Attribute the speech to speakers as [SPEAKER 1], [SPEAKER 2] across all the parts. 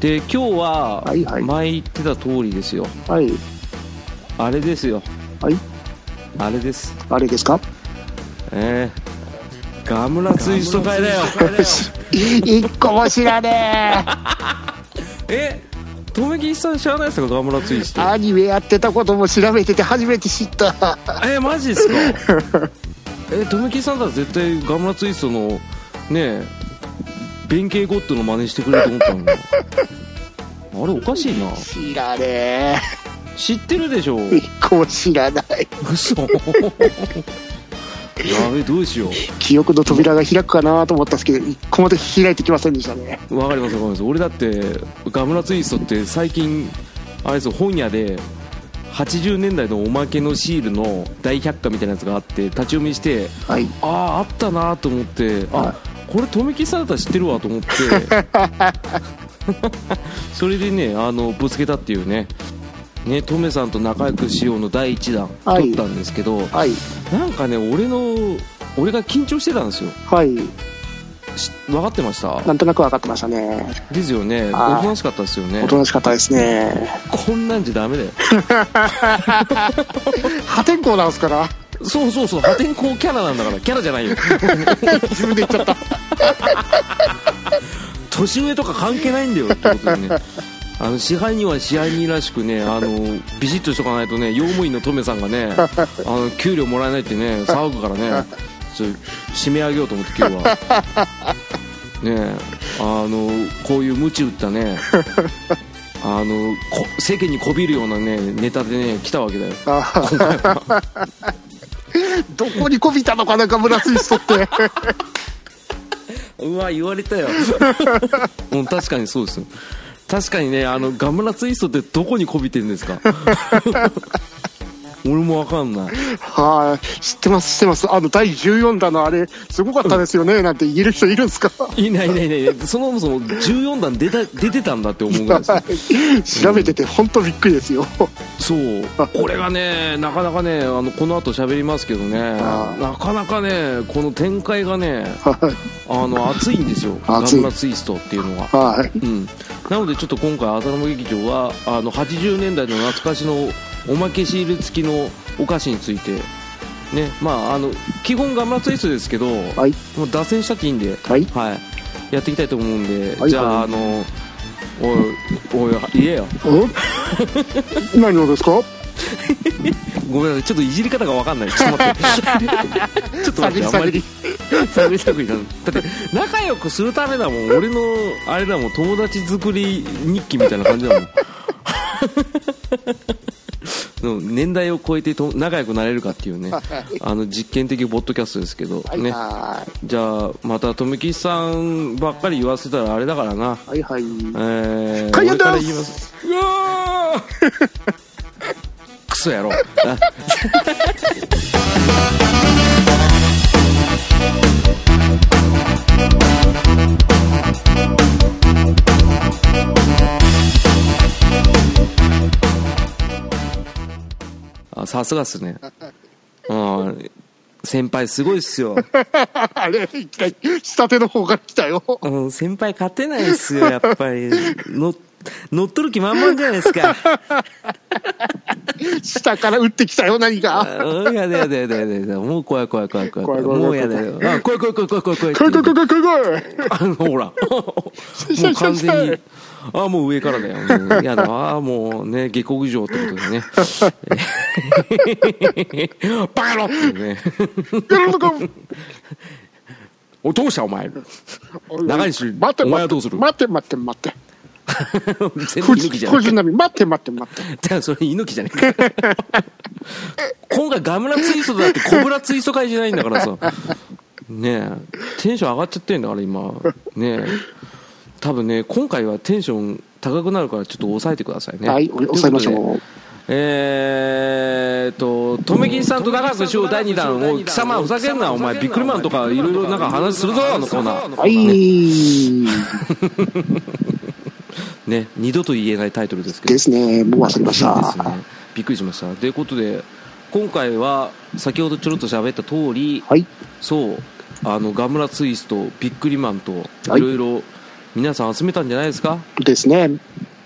[SPEAKER 1] で今日は
[SPEAKER 2] はいはい
[SPEAKER 1] 前言ってた通りですよ
[SPEAKER 2] はい。
[SPEAKER 1] あれですよ
[SPEAKER 2] はい
[SPEAKER 1] あれです
[SPEAKER 2] あれですか
[SPEAKER 1] えー、ガムラツイスト会だよ
[SPEAKER 2] 一個も知らね
[SPEAKER 1] えとめきさん知らないですかガムラツイス
[SPEAKER 2] え
[SPEAKER 1] ト
[SPEAKER 2] アニメやってたことも調べてて初めて知った
[SPEAKER 1] えマジですか えとめきさんだったら絶対ガムラツイストのねえ弁慶ゴッドの真似してくれると思ったのにあれおかしいな
[SPEAKER 2] 知らね
[SPEAKER 1] 知ってる でしょ
[SPEAKER 2] え一個も知らない
[SPEAKER 1] 嘘やべえどうしよ
[SPEAKER 2] 記憶の扉が開くかなと思ったんですけど一個も開いてきませんでしたね
[SPEAKER 1] うわかりますわかります俺だってガムラツイストって最近あれですよ本屋で80年代のおまけのシールの大百科みたいなやつがあって立ち読みして
[SPEAKER 2] はい
[SPEAKER 1] あああったなと思って
[SPEAKER 2] は
[SPEAKER 1] あこれ富木さんだったら知ってるわと思って それでねあのぶつけたっていうねねトメさんと仲良くしようの第1弾
[SPEAKER 2] はい
[SPEAKER 1] 取ったんですけど、
[SPEAKER 2] はい
[SPEAKER 1] なんかね俺の俺が緊張してたんですよ
[SPEAKER 2] はい
[SPEAKER 1] し分かってました
[SPEAKER 2] なんとなく分かってましたね
[SPEAKER 1] ですよねお
[SPEAKER 2] はい
[SPEAKER 1] となしかったですよね
[SPEAKER 2] おとなしかったですね
[SPEAKER 1] こんなんじゃダメだよ
[SPEAKER 2] 破天荒なんですから
[SPEAKER 1] そうそうそう破天荒キャラなんだからキャラじゃないよ
[SPEAKER 2] 自分で言っちゃった
[SPEAKER 1] 年上とか関係ないんだよってことでねあの支配人は支配人らしくねあのビシッとしとかないとね用務員のトメさんがねあの給料もらえないってね騒ぐからねちょっと締め上げようと思って今日はねえあのこういう無知打ったねあのこ世間にこびるようなねネタでね来たわけだよ
[SPEAKER 2] あー どこにこびたのかなガムラツイストって
[SPEAKER 1] うわ言われ たよもう確かにそうですよ確かにねあのガムラツイストってどこにこびてるんですか 俺もわかんない
[SPEAKER 2] はい、知ってます、知ってます。あの、第14弾のあれ、すごかったですよね、なんて言える人いるんですか
[SPEAKER 1] いないいないいないいないそもそも14段出た出てたんだって思うぐらいですね
[SPEAKER 2] 調べてて、本当びっくりですよ。
[SPEAKER 1] そうこれがねなかなかねあのこの後喋りますけどね
[SPEAKER 2] あ
[SPEAKER 1] なかなかねこの展開がねあの熱いんですよガ
[SPEAKER 2] 熱い
[SPEAKER 1] ムラツイストっていうのが
[SPEAKER 2] はい。
[SPEAKER 1] うん、なのでちょっと今回浅沼劇場はあの80年代の懐かしのおまけシール付きのお菓子についてねまああの基本ガムラツイストですけど、
[SPEAKER 2] はい。
[SPEAKER 1] もう脱線したっていいんで、
[SPEAKER 2] はい。
[SPEAKER 1] はい、やっていきたいと思うんで、
[SPEAKER 2] はい
[SPEAKER 1] じゃああのおいおい言えよ
[SPEAKER 2] お何をですか
[SPEAKER 1] ごめんなさいちょっといじり方が分かんないちょっと待 ってちょっと待ってあんま
[SPEAKER 2] 探
[SPEAKER 1] り
[SPEAKER 2] り
[SPEAKER 1] 探り探りだだって仲良くするためだもん俺のあれだもん友達作り日記みたいな感じだ もんでも年代を超えてと仲良くなれるかっていうね
[SPEAKER 2] はい
[SPEAKER 1] あの実験的ボッドキャストですけど、
[SPEAKER 2] はい
[SPEAKER 1] ね、
[SPEAKER 2] は
[SPEAKER 1] じゃあまた富木さんばっかり言わせたらあれだからな、
[SPEAKER 2] い。はいはい。
[SPEAKER 1] えー、
[SPEAKER 2] 大変
[SPEAKER 1] 俺から
[SPEAKER 2] で
[SPEAKER 1] 言います
[SPEAKER 2] す
[SPEAKER 1] うわー クソ野郎ああさすがっすねうん先輩すごいっすよ、
[SPEAKER 2] あれ、一回、下手の方が来たよ。
[SPEAKER 1] うん、先輩勝てないっすよやっぱりの乗っ取る気満々じゃないですか
[SPEAKER 2] 下から打ってきたよ、何が。
[SPEAKER 1] うんやだやだやだやだやだもう怖い怖い怖い怖い怖い
[SPEAKER 2] 怖い怖
[SPEAKER 1] も
[SPEAKER 2] い怖
[SPEAKER 1] う
[SPEAKER 2] い
[SPEAKER 1] やだよあ怖い怖い怖い怖い怖い怖い
[SPEAKER 2] 来い来い来い来い来い
[SPEAKER 1] あのほらも
[SPEAKER 2] 来
[SPEAKER 1] う
[SPEAKER 2] い
[SPEAKER 1] 完全
[SPEAKER 2] 来
[SPEAKER 1] に
[SPEAKER 2] い
[SPEAKER 1] あもう上からだよもうやだあもうね下克上ってことで ねバカ野郎っていうね
[SPEAKER 2] やるのか待
[SPEAKER 1] おどうしたお前中西
[SPEAKER 2] って
[SPEAKER 1] お前はどうする
[SPEAKER 2] 待って待って待って
[SPEAKER 1] 全部
[SPEAKER 2] 藤
[SPEAKER 1] 猪木じゃねえ
[SPEAKER 2] 藤波待って待って待って
[SPEAKER 1] だからそれ猪木じゃねえか今回ガムラツイストだってコブラツイスト会じゃないんだからさねえテンション上がっちゃってんだから今ねえ多分ね今回はテンション高くなるからちょっと抑えてくださいね
[SPEAKER 2] はいお抑えまし
[SPEAKER 1] ということ
[SPEAKER 2] ょ
[SPEAKER 1] でえーっと留金さんと長くしよう第2弾を貴様ふざけんなお前ビックリマンとかいろいろなんか話するぞあのコーナ
[SPEAKER 2] う
[SPEAKER 1] ー
[SPEAKER 2] はい
[SPEAKER 1] ね二度と言えないタイトルですけど
[SPEAKER 2] ですね、もう忘れまし
[SPEAKER 1] です
[SPEAKER 2] た。
[SPEAKER 1] ねびっくりしましたということで今回は先ほどちょろっと喋った通り、
[SPEAKER 2] はい、
[SPEAKER 1] そうあのガムラツイストビックリマンとい
[SPEAKER 2] はい
[SPEAKER 1] ろいろ皆さん集めたんじゃないですか
[SPEAKER 2] ですね。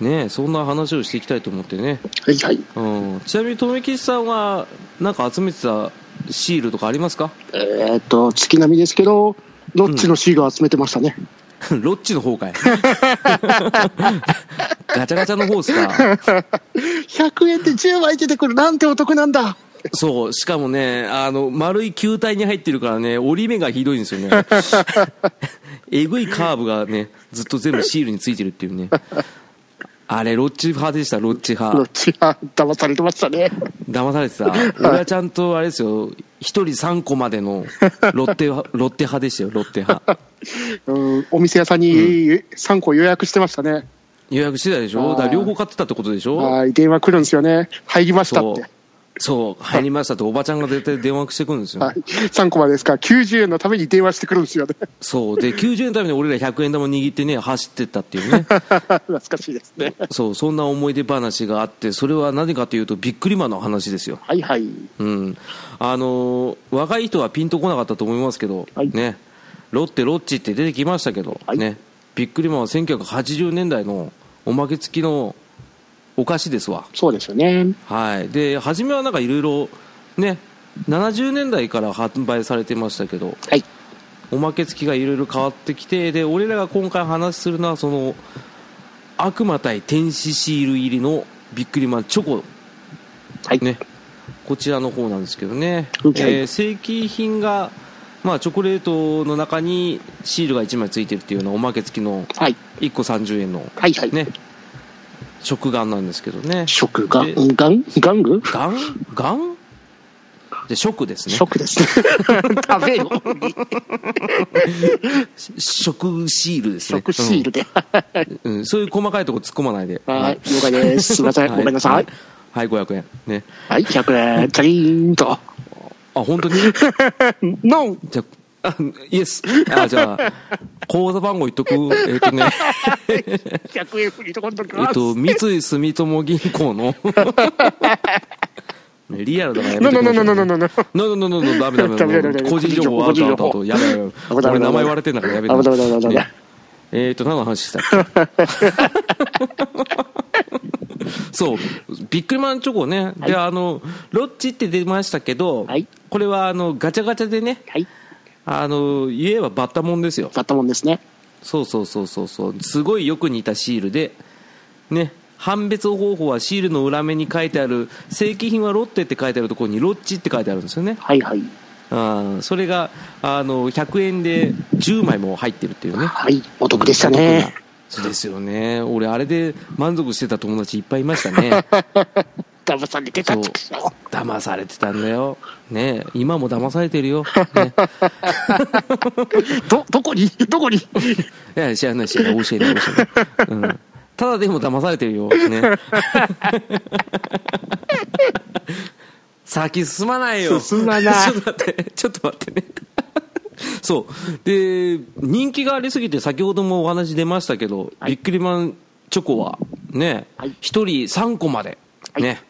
[SPEAKER 1] ねえそんな話をしていきたいと思ってね、
[SPEAKER 2] はいはい。
[SPEAKER 1] うん、ちなみに留吉さんはなんか集めてたシールとかありますか
[SPEAKER 2] えーっと、月並みですけど、ロッチのシールを集めてましたね。
[SPEAKER 1] ロッチの方かい ガチャガチャの方っすか
[SPEAKER 2] 100円で10枚出てくるなんてお得なんだ。
[SPEAKER 1] そうしかもねあの丸い球体に入ってるからね折り目がひどいんですよね えぐいカーブがねずっと全部シールについてるっていうねあれロッチ派でしたロッチ派
[SPEAKER 2] ロッチは騙されてましたね。
[SPEAKER 1] 騙されてた。俺はちゃんとあれですよ、一人3個までのロッテは、 ロッテ派でしたよ、ロッテ派。
[SPEAKER 2] うん、お店屋さんに3個予約してましたね。
[SPEAKER 1] 予約してたでしょだから両方買ってたってことでしょ
[SPEAKER 2] はい、電話来るんですよね。入りました
[SPEAKER 1] そ
[SPEAKER 2] っ
[SPEAKER 1] う
[SPEAKER 2] て。。
[SPEAKER 1] そう、入りましたっておばちゃんが絶対電話してくるんですよ
[SPEAKER 2] は。い、3コマですから、90円のために電話してくるんですよね。
[SPEAKER 1] そう。で、90円のために俺ら100円玉握ってね、走ってったっていうね。
[SPEAKER 2] 懐かしいですね。
[SPEAKER 1] そう、そんな思い出話があって、それは何かというと、ビックリマンの話ですよ。
[SPEAKER 2] はいはい。
[SPEAKER 1] うん、あのー若い人はピンとこなかったと思いますけど、
[SPEAKER 2] はい
[SPEAKER 1] ね、ロッテ、ロッチって出てきましたけど、
[SPEAKER 2] はい
[SPEAKER 1] ね、ビックリマンは1980年代のおまけ付きのお菓子ですわ、
[SPEAKER 2] そうですよね。
[SPEAKER 1] はい、で初めはなんかいろいろ、ね、70年代から販売されてましたけど、
[SPEAKER 2] はい。
[SPEAKER 1] おまけ付きがいろいろ変わってきてで俺らが今回話するのはその悪魔対天使シール入りのビックリマンチョコ、
[SPEAKER 2] はい
[SPEAKER 1] ね、こちらの方なんですけどね、
[SPEAKER 2] はい
[SPEAKER 1] えー正規品が、まあ、チョコレートの中にシールが1枚付いてるっていうようなおまけ付きの
[SPEAKER 2] はい。
[SPEAKER 1] 1個30円の、
[SPEAKER 2] はいはい。
[SPEAKER 1] ね、食玩なんですけどね
[SPEAKER 2] 食が、
[SPEAKER 1] で
[SPEAKER 2] がん、がんぐ
[SPEAKER 1] ガンガンで食ですね
[SPEAKER 2] 食ですね。食べよ。
[SPEAKER 1] 食シールですね
[SPEAKER 2] 食シールで。
[SPEAKER 1] うんうん、そういう細かいとこ突っ込まないで
[SPEAKER 2] はい。了解 です。すいません。ごめんなさい。
[SPEAKER 1] はい、はい、500円。ね。
[SPEAKER 2] はい。100円、チャリーンと。
[SPEAKER 1] あ、本当に
[SPEAKER 2] ノン
[SPEAKER 1] じゃあ、あイエス。あ、じゃあ、口座番号言っとく。えっ、とね、
[SPEAKER 2] !100 円振りとこんとき
[SPEAKER 1] え っ、
[SPEAKER 2] ます。
[SPEAKER 1] と、三井住友銀行 の。リアルだからやめ
[SPEAKER 2] ノ
[SPEAKER 1] て
[SPEAKER 2] ノ
[SPEAKER 1] くだ
[SPEAKER 2] ノ
[SPEAKER 1] さ
[SPEAKER 2] ノ
[SPEAKER 1] い
[SPEAKER 2] ノノノノ。
[SPEAKER 1] ノノノノ ノダメダメ
[SPEAKER 2] ダメダ
[SPEAKER 1] ダ
[SPEAKER 2] メダ
[SPEAKER 1] メ
[SPEAKER 2] メ
[SPEAKER 1] 個人情報
[SPEAKER 2] 個
[SPEAKER 1] アウトアウ
[SPEAKER 2] 人情
[SPEAKER 1] トアウ
[SPEAKER 2] 報
[SPEAKER 1] トやべやべ俺名
[SPEAKER 2] 危ない危ない
[SPEAKER 1] 前言われてんだからやべ
[SPEAKER 2] 危ない危ない危ない
[SPEAKER 1] ねえっと何の話したっ けそうビックリマンチョコねであのロッチって出ましたけど
[SPEAKER 2] はい
[SPEAKER 1] これはあのガチャガチャでね
[SPEAKER 2] はい。
[SPEAKER 1] あの言えばバッタモンですよ
[SPEAKER 2] だったもんですね。
[SPEAKER 1] そうそうそうそうそうすごいよく似たシールでね判別方法はシールの裏面に書いてある正規品はロッテって書いてあるところにロッチって書いてあるんですよね
[SPEAKER 2] はいはい。
[SPEAKER 1] あーそれがあの100円で10枚も入ってるっていうね
[SPEAKER 2] はい。お得でしたね。
[SPEAKER 1] そうですよね俺あれで満足してた友達いっぱいいましたね
[SPEAKER 2] 騙されてた
[SPEAKER 1] そう
[SPEAKER 2] ってくそ。
[SPEAKER 1] 騙されてたんだよね今も騙されてるよ、ね、
[SPEAKER 2] ど、どこに どこに
[SPEAKER 1] いや知らない知らない教えない教えない、うん、ただでも騙されてるよね先進まないよ
[SPEAKER 2] 進まない
[SPEAKER 1] ちょっと待ってちょっと待ってねそうで人気がありすぎて先ほどもお話出ましたけど、
[SPEAKER 2] はい
[SPEAKER 1] ビックリマンチョコはね、
[SPEAKER 2] はい
[SPEAKER 1] 一1人3個まで
[SPEAKER 2] はい
[SPEAKER 1] ね、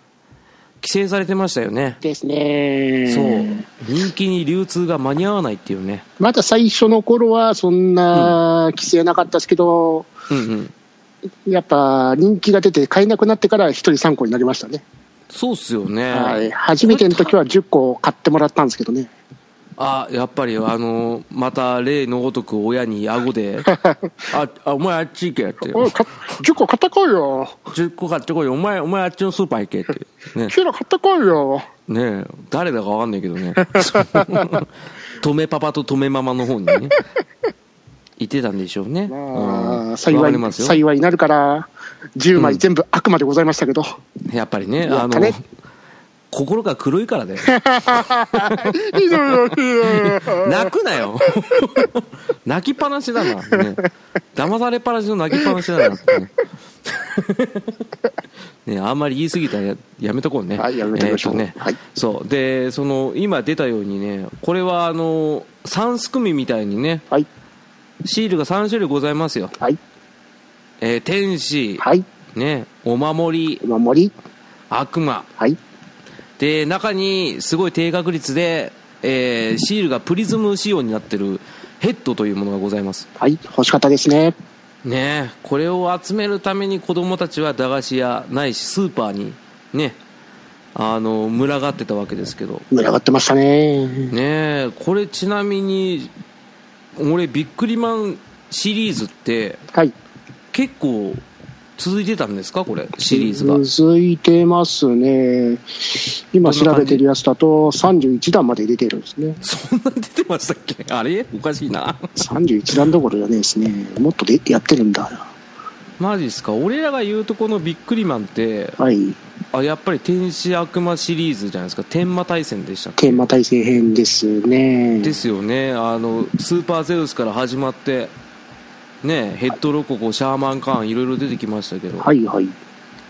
[SPEAKER 1] 規制されてましたよね
[SPEAKER 2] ですね。
[SPEAKER 1] そう人気に流通が間に合わないっていうね
[SPEAKER 2] まだ最初の頃はそんな規制なかったですけど、
[SPEAKER 1] うんうん
[SPEAKER 2] やっぱ人気が出て買えなくなってから1人3個になりましたね、
[SPEAKER 1] そうっすよね、
[SPEAKER 2] はい、初めての時は10個買ってもらったんですけどね、
[SPEAKER 1] あやっぱりあのまた例のごとく親に顎 で「ああお前あっち行け」って
[SPEAKER 2] おいか10個買ってこいよ、
[SPEAKER 1] 「10個買ってこいよお前お前あっちのスーパー行け」ってね
[SPEAKER 2] キューラ買ってこいよ、
[SPEAKER 1] ねえ誰だか分かんないけど ね止めパパと止めママの方にねいてたんでしょうね、
[SPEAKER 2] ま
[SPEAKER 1] う
[SPEAKER 2] あ、
[SPEAKER 1] ん
[SPEAKER 2] 幸
[SPEAKER 1] わか
[SPEAKER 2] い
[SPEAKER 1] りますよ
[SPEAKER 2] 幸いになるから、10枚全部悪魔でござい ましたけど、
[SPEAKER 1] やっぱりね
[SPEAKER 2] や
[SPEAKER 1] あ
[SPEAKER 2] っ
[SPEAKER 1] の
[SPEAKER 2] たね
[SPEAKER 1] 心が黒いからだよ
[SPEAKER 2] いいのよ、いいのよ
[SPEAKER 1] 泣くなよ 泣きっぱなしだな、ね、騙されっぱなしの泣きっぱなしだな、ねねあんまり言い過ぎたらややめとこうね
[SPEAKER 2] はいやめときましょう
[SPEAKER 1] えーとね
[SPEAKER 2] はい
[SPEAKER 1] そうでその今出たようにねこれはあの3すくみみたいにね
[SPEAKER 2] はい、
[SPEAKER 1] シールが3種類ございますよ、
[SPEAKER 2] はい、
[SPEAKER 1] えー天使、
[SPEAKER 2] はい、
[SPEAKER 1] ね、お守り
[SPEAKER 2] お守り、
[SPEAKER 1] 悪魔
[SPEAKER 2] はい、
[SPEAKER 1] で中にすごい低確率で、えーシールがプリズム仕様になってるヘッドというものがございます
[SPEAKER 2] はい、欲しかったですね、
[SPEAKER 1] ねえこれを集めるために子供たちは駄菓子屋ないしスーパーにねあの群がってたわけですけど
[SPEAKER 2] 群がってましたね。
[SPEAKER 1] ねえこれちなみに俺ビックリマンシリーズって
[SPEAKER 2] はい。
[SPEAKER 1] 結構続いてたんですかこれシリーズが
[SPEAKER 2] 続いてますね。今調べてるやつだと31段まで出てるんですね。
[SPEAKER 1] そんな出てましたっけあれおかしいな
[SPEAKER 2] 31段どころじゃねえですね。もっとでやってるんだ。
[SPEAKER 1] マジっすか俺らが言うとこのビックリマンって
[SPEAKER 2] はい。
[SPEAKER 1] あやっぱり天使悪魔シリーズじゃないですか天魔大戦でしたっけ
[SPEAKER 2] 天馬大戦編ですね。
[SPEAKER 1] ですよねあのスーパーゼウスから始まってねヘッドロココシャーマンカーンいろいろ出てきましたけど、
[SPEAKER 2] はいはい。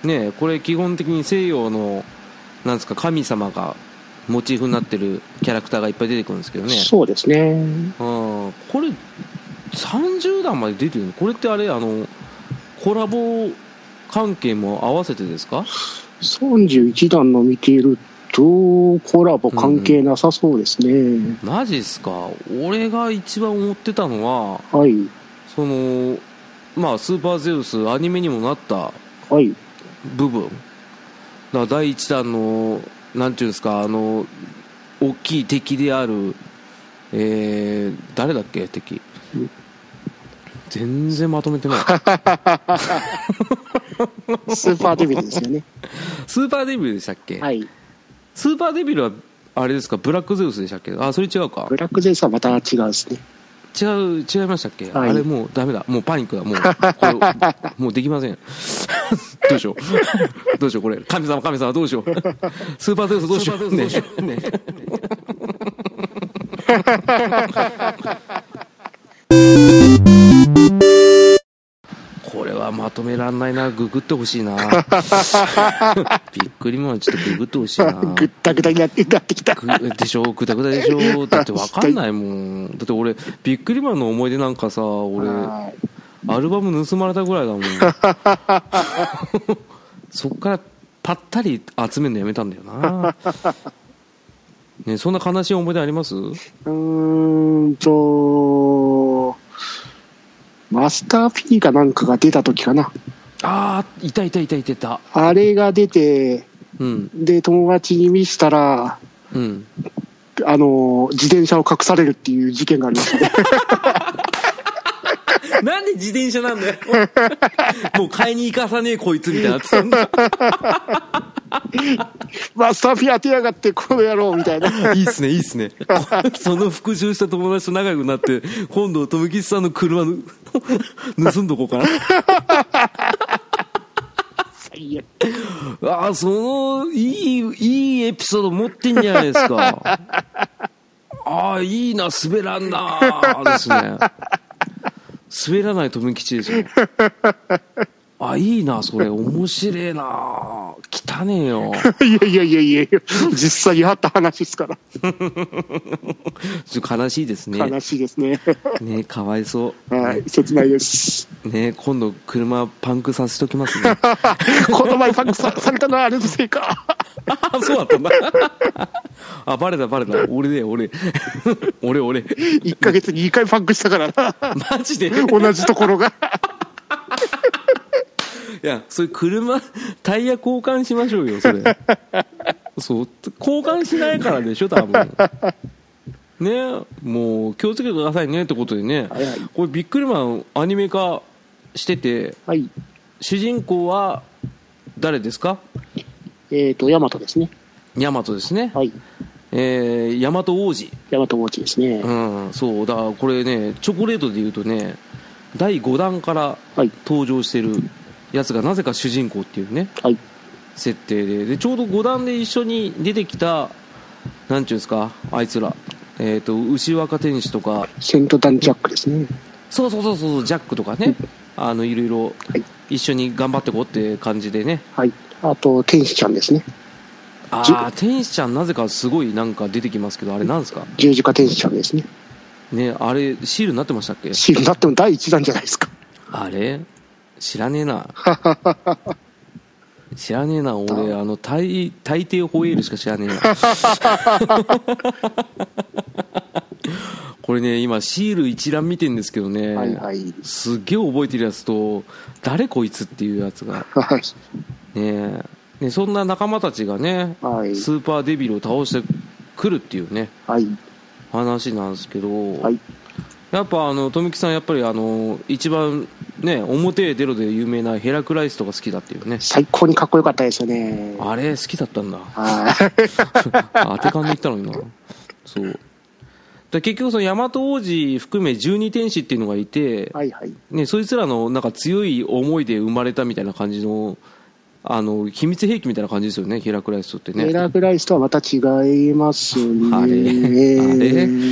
[SPEAKER 1] ねこれ基本的に西洋のなんですか神様がモチーフになってるキャラクターがいっぱい出てくるんですけどね
[SPEAKER 2] そうですね。
[SPEAKER 1] うんこれ30段まで出てるのこれってあれあのコラボ関係も合わせてですか
[SPEAKER 2] 31段の見ていると、コラボ関係なさそうですね。
[SPEAKER 1] マジっすか俺が一番思ってたのは
[SPEAKER 2] はい。
[SPEAKER 1] そのまあスーパーゼウスアニメにもなった
[SPEAKER 2] はい。
[SPEAKER 1] 部分だから第1弾のなんていうんですかあの大きい敵であるえー、誰だっけ敵全然まとめてない
[SPEAKER 2] スーパーデビルですよね。
[SPEAKER 1] スーパーデビルでしたっけ、
[SPEAKER 2] はい。
[SPEAKER 1] スーパーデビルはあれですかブラックゼウスでしたっけあそれ違うか
[SPEAKER 2] ブラックゼウスはまた違うですね。
[SPEAKER 1] 違う違いましたっけ、
[SPEAKER 2] はい
[SPEAKER 1] あれもうダメだもうパニックだもうこれもうできません どうしよ うどうしようこれ神様神様どうしようスーパーゼウスどうしようねね これはまとめらんないなググってほしい なびっくりマンちょっとググってほしいな
[SPEAKER 2] ぐったぐたになってなってきた。
[SPEAKER 1] くでしょぐだぐだでしょだって分かんないもんだって俺ビックリマンの思い出なんかさ俺
[SPEAKER 2] は
[SPEAKER 1] アルバム盗まれたぐら いだもんそっからぱったり集めるのやめたんだよなねそんな悲しい思い出あります
[SPEAKER 2] いうーんと、マスター P かなんかが出た時かな。
[SPEAKER 1] ああいたいたいたいたいた
[SPEAKER 2] あれが出て、
[SPEAKER 1] うん
[SPEAKER 2] で、友達に見せたら、
[SPEAKER 1] うん
[SPEAKER 2] あの、自転車を隠されるっていう事件がありましたね。
[SPEAKER 1] なんで自転車なんだよもう買いに行かさねえこいつみたいなそんな
[SPEAKER 2] マスター P 当てやがって、この野郎みたい な。
[SPEAKER 1] いいっすね、いいっすね。その復讐した友達と仲良くなって、今度、富吉さんの車の 盗んどこうかな。
[SPEAKER 2] 最悪
[SPEAKER 1] ああ、その、いい、いいエピソード持ってんじゃないですか。ああ、いいな、滑らんなですね。滑らない富吉ですよ。ああ、いいな、それ、面白えな汚ねえよ。
[SPEAKER 2] いやいやいやいやいや、実際にあった話ですから。
[SPEAKER 1] ちょっと悲しいですね。
[SPEAKER 2] 悲しいですね。
[SPEAKER 1] ねかわいそう。
[SPEAKER 2] はい、切ないです。
[SPEAKER 1] ね今度車パンクさせときますね
[SPEAKER 2] この前パンクさされたのはあれのせいか。
[SPEAKER 1] あ そうだったんだあバレたバレた俺だよ俺 俺俺
[SPEAKER 2] 1ヶ月に2回パンクしたからな。
[SPEAKER 1] マジでい
[SPEAKER 2] 同じところが。
[SPEAKER 1] やそれ車タイヤ交換しましょうよそれそう交換しないからでしょ多分ねもう気をつけてくださいねってことでね
[SPEAKER 2] はいはい
[SPEAKER 1] これビックリマンアニメ化してて
[SPEAKER 2] はい。
[SPEAKER 1] 主人公は誰ですか
[SPEAKER 2] えっ、と、ヤマトですね。
[SPEAKER 1] ヤマトですね、
[SPEAKER 2] はい。
[SPEAKER 1] えー、ヤマト王子
[SPEAKER 2] ヤマト王子ですね。
[SPEAKER 1] うん、そうだからこれねチョコレートでいうとね第5弾から
[SPEAKER 2] はい。
[SPEAKER 1] 登場してるやつがなぜか主人公っていうね
[SPEAKER 2] はい。
[SPEAKER 1] 設定ででちょうど5弾で一緒に出てきたなんちゅうんですかあいつらえっ、と牛若天使とか
[SPEAKER 2] セントダンジャックですね。
[SPEAKER 1] そうそうそうそうジャックとかねあのいろいろ
[SPEAKER 2] はい
[SPEAKER 1] 一緒に頑張ってこうって感じでね
[SPEAKER 2] はい。あと、天使ちゃんですね。じ
[SPEAKER 1] ああ天使ちゃんなぜかすごいなんか出てきますけどあれなんですか
[SPEAKER 2] 十字架天使ちゃんですね。
[SPEAKER 1] ねあれシールになってましたっけ
[SPEAKER 2] シールになっても第一弾じゃないですか。
[SPEAKER 1] あれ知らねえ な知らねえな俺あの大大 抵ホエールしか知らねえなここれね今シール一覧見てんですけどね、
[SPEAKER 2] はいはい。
[SPEAKER 1] すっげえ覚えてるやつと誰こいつっていうやつが
[SPEAKER 2] はい。
[SPEAKER 1] ねえねそんな仲間たちがね
[SPEAKER 2] はい。
[SPEAKER 1] スーパーデビルを倒してくるっていうね
[SPEAKER 2] はい。
[SPEAKER 1] 話なんですけど、
[SPEAKER 2] はい。
[SPEAKER 1] やっぱあの富木さんやっぱりあの一番ね表へ出ろで有名なヘラクライスとか好きだっていうね
[SPEAKER 2] 最高にかっこよかったですよね。
[SPEAKER 1] あれ好きだった んだ
[SPEAKER 2] はい。
[SPEAKER 1] 当て勘で言ったのになそうだ結局その大和王子含め十二天使っていうのがいて、
[SPEAKER 2] はいはい。
[SPEAKER 1] ね、そいつらのなんか強い思いで生まれたみたいな感じのあの秘密兵器みたいな感じですよねヘラクライストってね
[SPEAKER 2] ヘラクライスとはまた違いますね。
[SPEAKER 1] あれ、あれ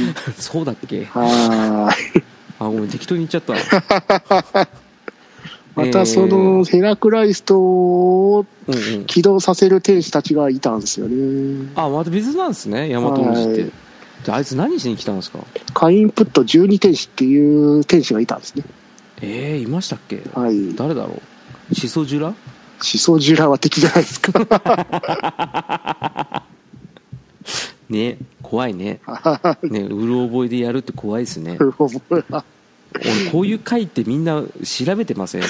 [SPEAKER 2] は
[SPEAKER 1] そうだっけ
[SPEAKER 2] ーい。
[SPEAKER 1] あごめん適当に言っちゃった
[SPEAKER 2] またそのヘラクライストを
[SPEAKER 1] うんうん
[SPEAKER 2] 起動させる天使たちがいたんですよね。
[SPEAKER 1] あまた別なんですね大和王子って、
[SPEAKER 2] はい
[SPEAKER 1] じゃああいつ何しに来たんですか
[SPEAKER 2] カインプット12天使っていう天使がいたんですね。
[SPEAKER 1] えー、いましたっけ
[SPEAKER 2] はい。
[SPEAKER 1] 誰だろうシソジュラ
[SPEAKER 2] シソジュラは敵じゃないですか。
[SPEAKER 1] ね怖いねねうる覚えでやるって怖いですね俺こういう回ってみんな調べて ません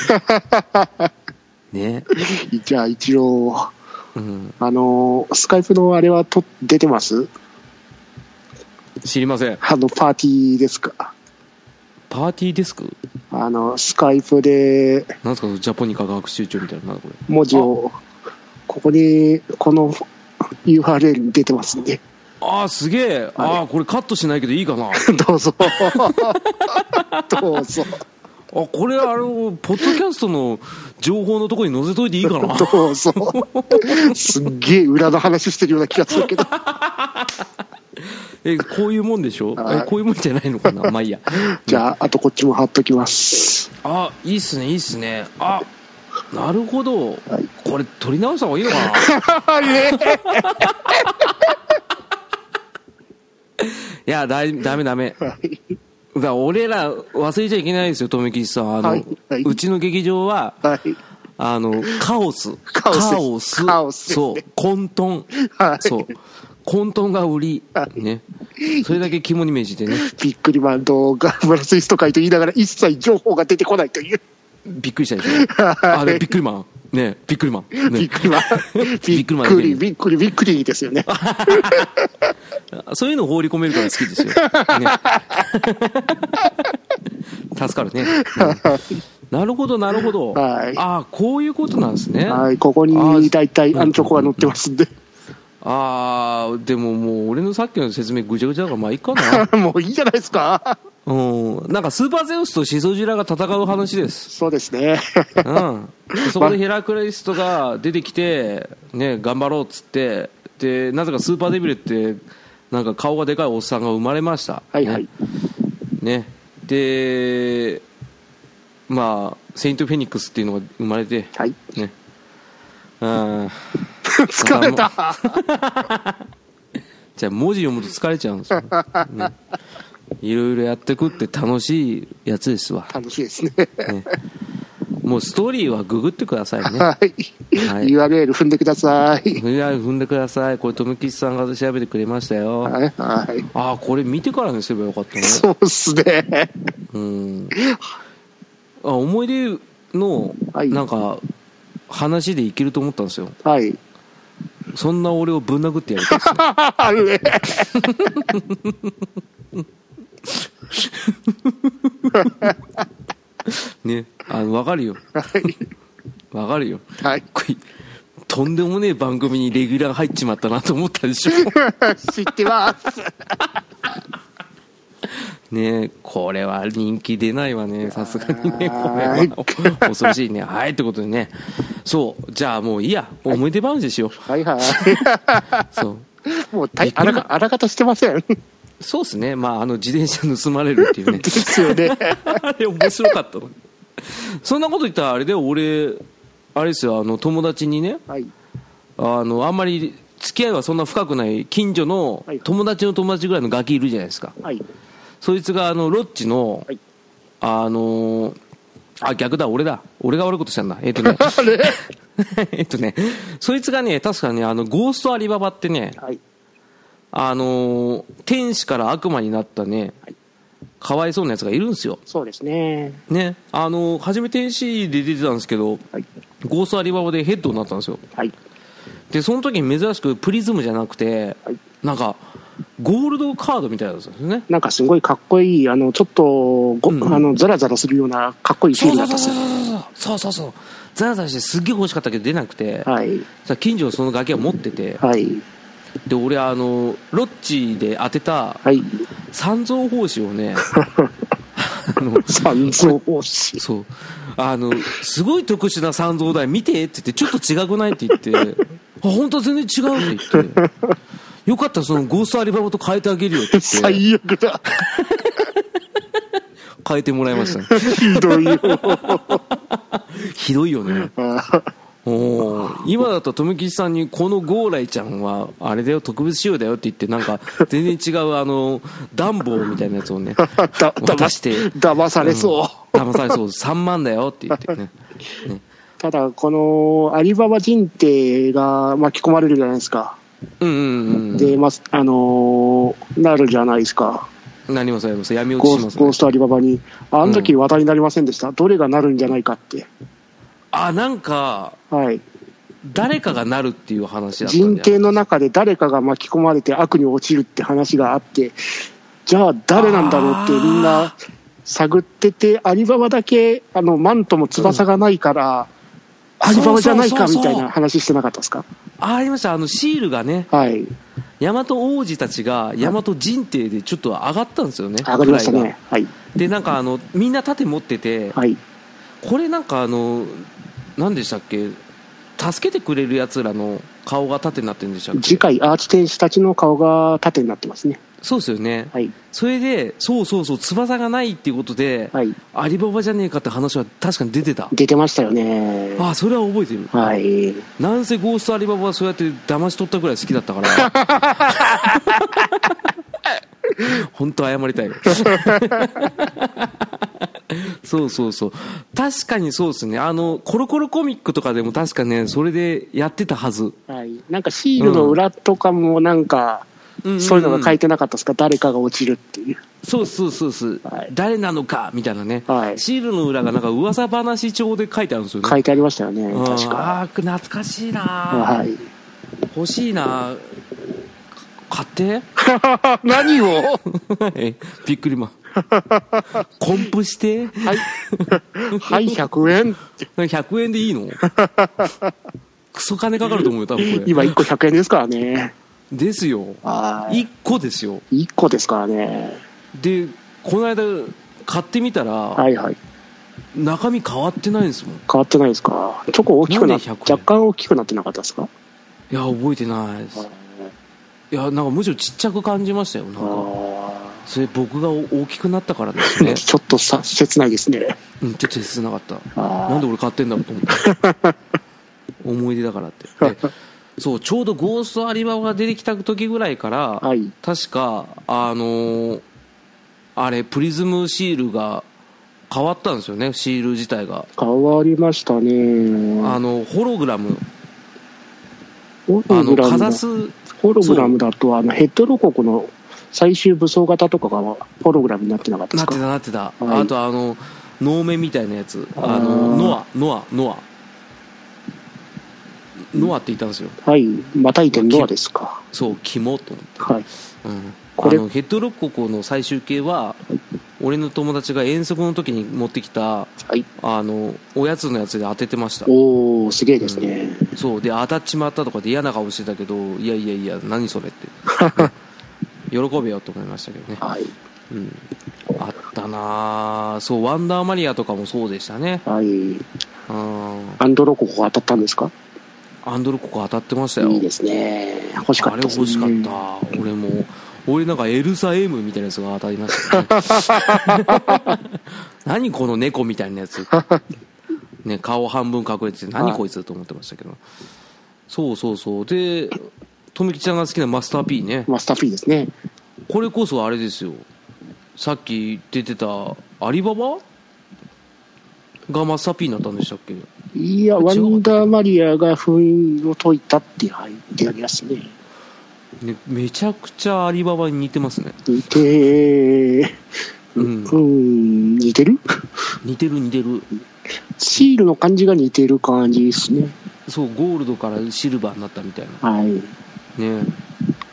[SPEAKER 1] ね
[SPEAKER 2] じゃあ一応、
[SPEAKER 1] うん
[SPEAKER 2] あの、スカイプのあれはと出てます
[SPEAKER 1] 知りません
[SPEAKER 2] あの、パーティーですか。
[SPEAKER 1] パーティーデスク
[SPEAKER 2] あの、スカイプで
[SPEAKER 1] なんですかそのジャポニカ学習帳みたいななんだこれ
[SPEAKER 2] 文字を、ここに、この URL に出てますんで、
[SPEAKER 1] ああすげえああこれカットしないけどいいかなあ
[SPEAKER 2] どうぞ。 どうぞ。
[SPEAKER 1] これあのポッドキャストの情報のとこに載せといていいかな
[SPEAKER 2] どうぞ。すっげえ裏の話してるような気がするけど。
[SPEAKER 1] えこういうもんでしょ
[SPEAKER 2] はい
[SPEAKER 1] えこういうもんじゃないのか なまあいいや
[SPEAKER 2] じゃあ、あとこっちも貼っときます。
[SPEAKER 1] あいいっすねいいっすねあなるほど、
[SPEAKER 2] はい
[SPEAKER 1] これ撮り直した方がいいのかな
[SPEAKER 2] あれ
[SPEAKER 1] いやだいダメダメだから俺ら忘れちゃいけないですよ留吉さんあの、
[SPEAKER 2] はいはいう
[SPEAKER 1] ちの劇場は
[SPEAKER 2] はい。
[SPEAKER 1] あのカオス
[SPEAKER 2] カオスカオス
[SPEAKER 1] そう混沌、
[SPEAKER 2] はい
[SPEAKER 1] そう混沌が売り、
[SPEAKER 2] はい
[SPEAKER 1] ねそれだけ肝に銘じてね
[SPEAKER 2] ビックリマンとガンバラスイスト会と言いながら一切情報が出てこないという。
[SPEAKER 1] びっくりしたでしょ、あれびっくりマンねびっくりマン、
[SPEAKER 2] ビ
[SPEAKER 1] ね
[SPEAKER 2] ッ、クリマン。
[SPEAKER 1] ビ
[SPEAKER 2] ビ
[SPEAKER 1] ッ
[SPEAKER 2] ッ
[SPEAKER 1] クリマン
[SPEAKER 2] クリ、ビックリ、ビックリですよね。
[SPEAKER 1] そういうの放り込めるから好き ですよ、ね、助かるね、うんなるほどなるほど、
[SPEAKER 2] はい
[SPEAKER 1] ああこういうことなんですね、
[SPEAKER 2] はい、ここに大体アンチョコが載ってますんで。
[SPEAKER 1] ああでももう俺のさっきの説明ぐちゃぐちゃだからまあいいかな
[SPEAKER 2] もういいじゃないですか。
[SPEAKER 1] うんなんかスーパーゼウスとシソジュラが戦う話です
[SPEAKER 2] そうですね。
[SPEAKER 1] うん、そこでヘラクレイストが出てきて、ね、頑張ろうっつってでなぜかスーパーデビルってなんか顔がでかいおっさんが生まれました、
[SPEAKER 2] はいはい
[SPEAKER 1] ね。ねでまあセイント・フェニックスっていうのが生まれて、
[SPEAKER 2] はい。
[SPEAKER 1] ねうん、
[SPEAKER 2] 疲れた。
[SPEAKER 1] じゃあ文字読むと疲れちゃうんで すよ、ね、いろいろやってくって楽しいやつですわ、
[SPEAKER 2] 楽しいですね。
[SPEAKER 1] ね、もうストーリーはググってくださいね
[SPEAKER 2] はい。
[SPEAKER 1] はい
[SPEAKER 2] URL 踏んでください。
[SPEAKER 1] いや踏んでくださいこれ富吉さんが調べてくれましたよ、
[SPEAKER 2] はい。はい。
[SPEAKER 1] ああこれ見てからにすればよかったね
[SPEAKER 2] そうっすね。
[SPEAKER 1] うんあ思い出の
[SPEAKER 2] はい
[SPEAKER 1] なんか話でいけると思ったんですよ
[SPEAKER 2] はい。
[SPEAKER 1] そんな俺をぶん殴ってやりたいですね
[SPEAKER 2] あれ
[SPEAKER 1] ねあの分かるよ分かるよ
[SPEAKER 2] はい。
[SPEAKER 1] こいとんでもねえ番組にレギュラー入っちまったなと思ったでしょ
[SPEAKER 2] 知ってます。
[SPEAKER 1] ねえこれは人気出ないわねさすがにねこれ
[SPEAKER 2] はい
[SPEAKER 1] は恐ろしいねはいってことでねそうじゃあもういいや思い出話しよう
[SPEAKER 2] はいは
[SPEAKER 1] そう
[SPEAKER 2] い。もう大あらか、あらかたしてません。
[SPEAKER 1] そうですねまああの自転車盗まれるって いうね
[SPEAKER 2] ですよね。
[SPEAKER 1] あれ面白かったのそんなこと言ったらあれで俺あれですよあの友達にね
[SPEAKER 2] はい。
[SPEAKER 1] あのあんまり付き合いはそんな深くない近所の
[SPEAKER 2] はい
[SPEAKER 1] 友達の友達ぐらいのガキいるじゃないですか
[SPEAKER 2] はい。
[SPEAKER 1] そいつがあのロッチの、
[SPEAKER 2] はい
[SPEAKER 1] あのーあ逆だ俺だ俺が悪いことしたんだえっ、とね
[SPEAKER 2] あれ
[SPEAKER 1] えっとねそいつがね確かねあのゴーストアリババってね
[SPEAKER 2] はい。
[SPEAKER 1] あのー天使から悪魔になったね、かわいそうなやつがいるんですよ
[SPEAKER 2] そうですね。
[SPEAKER 1] ねあの初めて AC で出てたんですけど
[SPEAKER 2] はい。
[SPEAKER 1] ゴーストアリババでヘッドになったんですよ
[SPEAKER 2] はい。
[SPEAKER 1] でその時に珍しくプリズムじゃなくて
[SPEAKER 2] はい
[SPEAKER 1] なんかゴールドカードみたいなやつなんですよね
[SPEAKER 2] なんかすごいかっこいい、あの、ちょっとご、
[SPEAKER 1] うん
[SPEAKER 2] あの、ザラザラするようなかっこいいシー
[SPEAKER 1] そ
[SPEAKER 2] ル
[SPEAKER 1] う
[SPEAKER 2] だ
[SPEAKER 1] そ
[SPEAKER 2] っ
[SPEAKER 1] う
[SPEAKER 2] た
[SPEAKER 1] そ
[SPEAKER 2] ん
[SPEAKER 1] う
[SPEAKER 2] です
[SPEAKER 1] そう
[SPEAKER 2] よ
[SPEAKER 1] そうそうそうそうザラザラしてすっげえ欲しかったけど出なくて、
[SPEAKER 2] はい。
[SPEAKER 1] さ近所のそのガキは持ってて
[SPEAKER 2] はい。
[SPEAKER 1] で俺あのロッチで当てた
[SPEAKER 2] はい。
[SPEAKER 1] 三蔵法師をねあの
[SPEAKER 2] 三蔵法師。
[SPEAKER 1] そうあのすごい特殊な三蔵だよ見てって言ってちょっと違くないって言ってあ本当は全然違うって言ってよかったらそのゴーストアリババと変えてあげるよって言って
[SPEAKER 2] 最悪 だ。
[SPEAKER 1] 変えてもらいました
[SPEAKER 2] ひどいよ。
[SPEAKER 1] ひどいよねおー今だと富吉さんにこのゴーライちゃんはあれだよ特別仕様だよって言ってなん か全然違うあの暖房みたいなやつをね
[SPEAKER 2] だ、
[SPEAKER 1] 渡
[SPEAKER 2] 騙
[SPEAKER 1] し
[SPEAKER 2] してて、騙されそう。
[SPEAKER 1] 騙されそう3万だよって言ってねね
[SPEAKER 2] ただ、この、アリババ人帝が巻き込まれるじゃないですか。
[SPEAKER 1] うんうん
[SPEAKER 2] で、まあ、あのーなるじゃないですか。
[SPEAKER 1] うんなりますなります闇落
[SPEAKER 2] ゴ
[SPEAKER 1] ちし
[SPEAKER 2] ー
[SPEAKER 1] ま
[SPEAKER 2] ス
[SPEAKER 1] すね
[SPEAKER 2] ゴーストアリババに。あの時話題になりませんでした。どれがなるんじゃないかって。
[SPEAKER 1] あなんか
[SPEAKER 2] はい。
[SPEAKER 1] 誰かがなるっていう話だったんじゃない
[SPEAKER 2] 人権の中で誰かが巻き込まれて悪に落ちるって話があってじゃあ誰なんだろうって
[SPEAKER 1] あー
[SPEAKER 2] みんな探っててアリババだけあのマントも翼がないから、
[SPEAKER 1] うん
[SPEAKER 2] アリババじゃないか
[SPEAKER 1] そうそう
[SPEAKER 2] み
[SPEAKER 1] そうそう
[SPEAKER 2] たいな話してなかったですか
[SPEAKER 1] あありましたあのシールがね
[SPEAKER 2] はい
[SPEAKER 1] 大和王子たちが大和人帝でちょっと上がったんですよね
[SPEAKER 2] 上がりました
[SPEAKER 1] 位が
[SPEAKER 2] ねはい
[SPEAKER 1] でなんかあのみんな盾持ってて
[SPEAKER 2] はい
[SPEAKER 1] これなんかあの何でしたっけ助けてくれるやつらの顔が盾になってるんでしたっけ
[SPEAKER 2] 次回アーチ天使たちの顔が縦になってますね
[SPEAKER 1] そうですよね
[SPEAKER 2] はい
[SPEAKER 1] それでそうそうそう翼がないっていうことで、
[SPEAKER 2] はい
[SPEAKER 1] アリババじゃねえかって話は確かに出てた
[SPEAKER 2] 出てましたよね
[SPEAKER 1] ああそれは覚えてる
[SPEAKER 2] はい
[SPEAKER 1] なんせゴーストアリババはそうやって騙し取ったぐらい好きだったから 本当謝り たいそうそうそう確かにそうですねあのコロコロコミックとかでも確かねそれでやってたはず、
[SPEAKER 2] はいなんかシールの裏とかもなんか、
[SPEAKER 1] んんん
[SPEAKER 2] そういうのが書いてなかったですか誰かが落ちるっていう
[SPEAKER 1] そうそうそうそう、
[SPEAKER 2] はい
[SPEAKER 1] 誰なのかみたいなね、
[SPEAKER 2] はい
[SPEAKER 1] シールの裏がなんか噂話帳で書いてあるんですよね
[SPEAKER 2] 書いてありましたよね、
[SPEAKER 1] うん
[SPEAKER 2] 確か。
[SPEAKER 1] ああ懐かしいな、
[SPEAKER 2] はい。
[SPEAKER 1] 欲しいなか買って
[SPEAKER 2] 何を
[SPEAKER 1] えびっくりマンコンプして
[SPEAKER 2] はい。 はい、100円。
[SPEAKER 1] 100円でいい のクソ金かかると思うよ多分これ
[SPEAKER 2] 今1個100円ですからね。
[SPEAKER 1] ですよ
[SPEAKER 2] はい。
[SPEAKER 1] 1個ですよ
[SPEAKER 2] 1個ですからね。
[SPEAKER 1] でこの間買ってみたら、
[SPEAKER 2] はいはい。
[SPEAKER 1] 中身変わってないんですもんい
[SPEAKER 2] 変わってないですか。チョコ大きくな、
[SPEAKER 1] なんで100円
[SPEAKER 2] 若干大きくなってなかったですか
[SPEAKER 1] や覚えてないですいやなんかむしろちっちゃく感じましたよなん
[SPEAKER 2] あ
[SPEAKER 1] か
[SPEAKER 2] ー
[SPEAKER 1] それ僕が大きくなったからです ね
[SPEAKER 2] ちょっとさ切ないですね。
[SPEAKER 1] うんちょっと切なかった
[SPEAKER 2] あー
[SPEAKER 1] なんで俺買ってんだろうと思って 思い出だからってでそうちょうどゴーストアリババが出てきた時ぐらいから、
[SPEAKER 2] はい。
[SPEAKER 1] 確かあのーあれプリズムシールが変わったんですよねシール自体が、
[SPEAKER 2] 変わりましたね。
[SPEAKER 1] あのホログラム
[SPEAKER 2] ホ
[SPEAKER 1] あ
[SPEAKER 2] ロ
[SPEAKER 1] の
[SPEAKER 2] グラ
[SPEAKER 1] か
[SPEAKER 2] ムだ
[SPEAKER 1] ざす
[SPEAKER 2] ホログラムだと、あの、ヘッドロコ国の最終武装型とかがホログラムになってなかったで
[SPEAKER 1] な
[SPEAKER 2] す
[SPEAKER 1] って
[SPEAKER 2] か
[SPEAKER 1] たなってた、
[SPEAKER 2] はい
[SPEAKER 1] あとあの能面みたいなやつあ
[SPEAKER 2] あー
[SPEAKER 1] のノアノアノアノアって言ったんですよ
[SPEAKER 2] はい。またいてノアですか。
[SPEAKER 1] そう肝と思って
[SPEAKER 2] はい。
[SPEAKER 1] うん
[SPEAKER 2] これ
[SPEAKER 1] あのヘッドロッコの最終形は俺の友達が遠足の時に持ってきた
[SPEAKER 2] はい。
[SPEAKER 1] あのおやつのやつで当ててました
[SPEAKER 2] おおすげえですね。
[SPEAKER 1] そうで当たっちまったとかで嫌な顔してたけどいやいやいや何それって 喜べよと思いましたけどね、
[SPEAKER 2] はい。
[SPEAKER 1] うん、あったなあそう「ワンダーマリア」とかもそうでしたね
[SPEAKER 2] はい。
[SPEAKER 1] うん
[SPEAKER 2] アンドロココ当たったんですか
[SPEAKER 1] アンドロココ当たってましたよ
[SPEAKER 2] いいですね。欲しか
[SPEAKER 1] あ
[SPEAKER 2] っ
[SPEAKER 1] れ
[SPEAKER 2] たです、
[SPEAKER 1] 欲
[SPEAKER 2] ね。
[SPEAKER 1] しかった俺も俺なんかエルサエムみたいなやつが当たりました、ね、 何この猫みたいなやつね顔半分隠れてて何こいつと思ってましたけどそうそうそうで富吉ちゃんが好きなマスター P ね
[SPEAKER 2] マスターフィーですね。
[SPEAKER 1] これこそあれですよさっき出てたアリババがマスター P になったんでしたっけ
[SPEAKER 2] いや、
[SPEAKER 1] 違うか
[SPEAKER 2] ワンダーマリアが封印を解いたって入ってありますね。
[SPEAKER 1] ねめちゃくちゃアリババに似てますね
[SPEAKER 2] 似て
[SPEAKER 1] うん
[SPEAKER 2] う、ん、似てる
[SPEAKER 1] 似てる似てる
[SPEAKER 2] シールの感じが似てる感じですね。
[SPEAKER 1] そうゴールドからシルバーになったみたいな
[SPEAKER 2] はい。
[SPEAKER 1] ねえ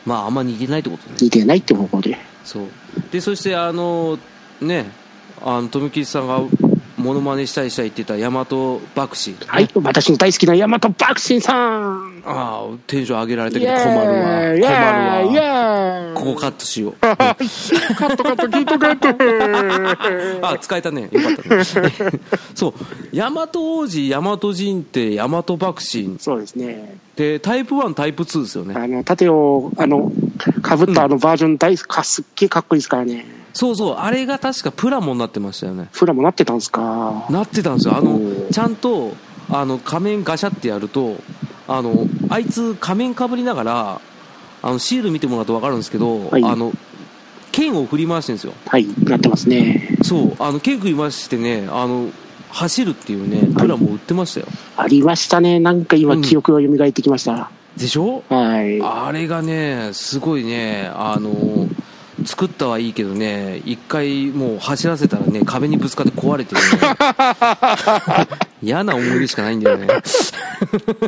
[SPEAKER 1] まああんま似てないってことね
[SPEAKER 2] 似てないって方向で。
[SPEAKER 1] そうでそしてあのねあの富吉さんがモノマネしたいしたいって言った大和博士
[SPEAKER 2] はい、私の大好きな大和爆心さん
[SPEAKER 1] ああテンション上げられた
[SPEAKER 2] イ
[SPEAKER 1] け
[SPEAKER 2] エ
[SPEAKER 1] ど
[SPEAKER 2] ー
[SPEAKER 1] 困
[SPEAKER 2] イ
[SPEAKER 1] るわ困る
[SPEAKER 2] イエ
[SPEAKER 1] わ
[SPEAKER 2] ーイ
[SPEAKER 1] ここカットしよう
[SPEAKER 2] カットカット、キートカット
[SPEAKER 1] あ使えたねよ かったねそう大和王子大和人って大和博士
[SPEAKER 2] そうですね。
[SPEAKER 1] でタイプ1タイプ2ですよね
[SPEAKER 2] あの、盾を、あの、かぶったあのバージョン大好き、かすっげえかっこいいですからね。
[SPEAKER 1] そうそうあれが確かプラモになってましたよね
[SPEAKER 2] フラもなってたんですか。
[SPEAKER 1] なってたんですよあ
[SPEAKER 2] お
[SPEAKER 1] の
[SPEAKER 2] ー
[SPEAKER 1] ちゃんとあの仮面ガシャってやるとあのあいつ仮面かぶりながらあのシール見てもらうと分かるんですけど、
[SPEAKER 2] はい
[SPEAKER 1] あの剣を振り回してるんですよ
[SPEAKER 2] はい、なってますね。
[SPEAKER 1] そうあの剣振り回してねあの走るっていうねプラモ売ってましたよ、
[SPEAKER 2] ありましたね。なんか
[SPEAKER 1] う
[SPEAKER 2] 今、
[SPEAKER 1] ん
[SPEAKER 2] 記憶が蘇ってきました。
[SPEAKER 1] でしょ
[SPEAKER 2] はい。
[SPEAKER 1] あれがねすごいねあの作ったはいいけどね一回もう走らせたらね壁にぶつかって壊れてるね嫌な思い出しかないんだよね懐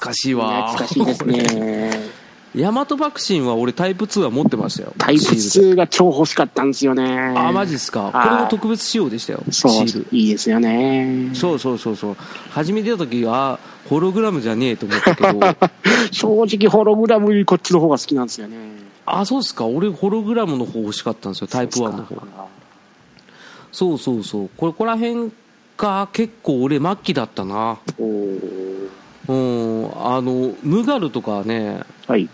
[SPEAKER 1] かしいわ
[SPEAKER 2] 懐かしいです ね。
[SPEAKER 1] 大和爆心は俺タイプ2は持ってましたよ
[SPEAKER 2] タイプ
[SPEAKER 1] シールで
[SPEAKER 2] 2が超欲しかったんですよね。あ
[SPEAKER 1] あマジですか
[SPEAKER 2] い
[SPEAKER 1] これも特別仕様でしたよシ
[SPEAKER 2] そう
[SPEAKER 1] ール、
[SPEAKER 2] いいですよね。
[SPEAKER 1] そうそうそうそう初めて出た時はホログラムじゃねえと思ったけ ど
[SPEAKER 2] 正直、ホログラムよりこっちの方が好きなんですよね。
[SPEAKER 1] あそうですか俺ホログラムの方欲しかったんですよタイプ1の方そうそうそう。これここら辺が結構俺末期だったな。
[SPEAKER 2] おー
[SPEAKER 1] うん。あの、ムガルとかね、
[SPEAKER 2] はい、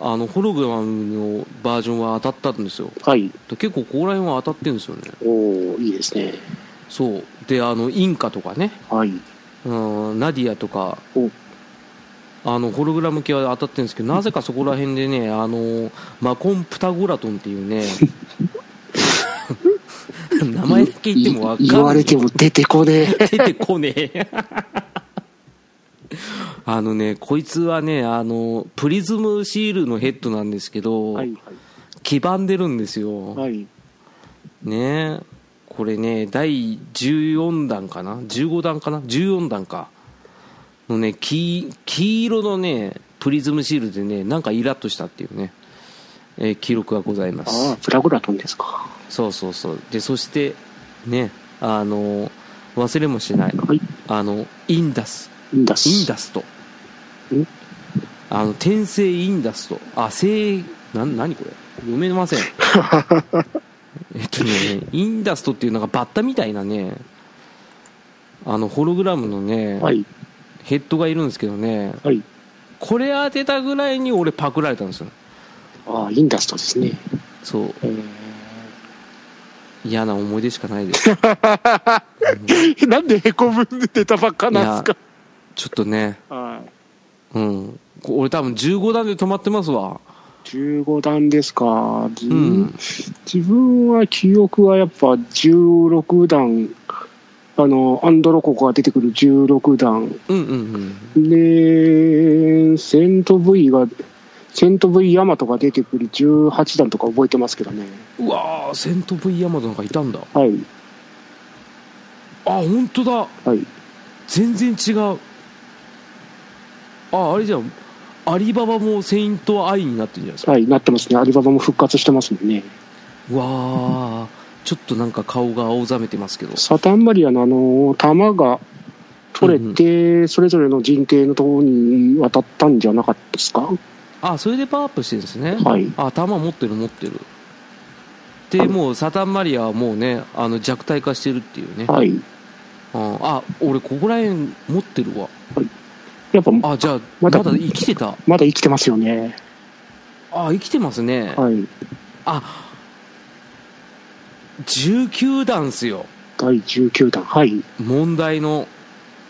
[SPEAKER 1] あの、ホログラムのバージョンは当たったんですよ。
[SPEAKER 2] はい、
[SPEAKER 1] で結構ここら辺は当たってるんですよね。
[SPEAKER 2] おーいいですね。
[SPEAKER 1] そう。で、あの、インカとかね、
[SPEAKER 2] はい、
[SPEAKER 1] うん、ナディアとか、
[SPEAKER 2] お
[SPEAKER 1] あの、ホログラム系は当たってるんですけど、なぜかそこら辺でね、あの、マコンプタゴラトンっていう ね、名前だけ言ってもわかんないい。
[SPEAKER 2] 言われても出てこねえ。
[SPEAKER 1] 出てこねえあのねこいつはねあのプリズムシールのヘッドなんですけど、
[SPEAKER 2] はい、
[SPEAKER 1] 黄ばんでるんですよ、
[SPEAKER 2] はい、
[SPEAKER 1] ねえこれね第14弾かな15弾かな14弾かのね黄黄色のねプリズムシールでねなんかイラッとしたっていうね、えー記録がございます
[SPEAKER 2] ああ、プラグラトンですか。
[SPEAKER 1] そうそうそうでそしてねあの忘れもしない
[SPEAKER 2] はい、
[SPEAKER 1] あのインダス
[SPEAKER 2] インダス。
[SPEAKER 1] インダスト
[SPEAKER 2] ん
[SPEAKER 1] あの転生インダストあ生なん何これ読め ませんえっとねインダストっていうなんかバッタみたいなねあのホログラムのね、
[SPEAKER 2] はい、
[SPEAKER 1] ヘッドがいるんですけどね
[SPEAKER 2] はい。
[SPEAKER 1] これ当てたぐらいに俺パクられたんですよ
[SPEAKER 2] ああ、インダストですね。
[SPEAKER 1] そう
[SPEAKER 2] え
[SPEAKER 1] 嫌な思い出しかないです い
[SPEAKER 2] ー、なんでへこむネタばっかなん
[SPEAKER 1] や
[SPEAKER 2] です
[SPEAKER 1] ちょっとね
[SPEAKER 2] か。はい。
[SPEAKER 1] うんこ俺多分15段で止まってますわ
[SPEAKER 2] 15段ですか、じ
[SPEAKER 1] うん
[SPEAKER 2] 自分は記憶はやっぱ16段あのアンドロココが出てくる16段
[SPEAKER 1] うんうんうん
[SPEAKER 2] でセント V がセント V ヤマトが出てくる18段とか覚えてますけどね
[SPEAKER 1] うわーセント V ヤマトなんかいたんだ
[SPEAKER 2] はい
[SPEAKER 1] あ本当だ
[SPEAKER 2] はい
[SPEAKER 1] 全然違うああれじゃんアリババもセイントアイになってるんじゃないですか、
[SPEAKER 2] はいなってますねアリババも復活してますもんね
[SPEAKER 1] うわあちょっとなんか顔が青ざめてますけど
[SPEAKER 2] サタンマリアのあの弾が取れてそれぞれの陣形のところに渡ったんじゃなかったですか
[SPEAKER 1] あそれでパワーアップしてるんですね
[SPEAKER 2] はい
[SPEAKER 1] あ弾持ってる持ってるでもうサタンマリアはもうねあの弱体化してるっていうねあ
[SPEAKER 2] はい
[SPEAKER 1] あ俺ここら辺持ってるわ
[SPEAKER 2] やっぱま
[SPEAKER 1] あじゃあま
[SPEAKER 2] ま
[SPEAKER 1] だ
[SPEAKER 2] だ
[SPEAKER 1] 生きてた
[SPEAKER 2] だ生きてますよね
[SPEAKER 1] あ生きてますね
[SPEAKER 2] はい
[SPEAKER 1] あ19段っすよ
[SPEAKER 2] 第19弾はい
[SPEAKER 1] 問題の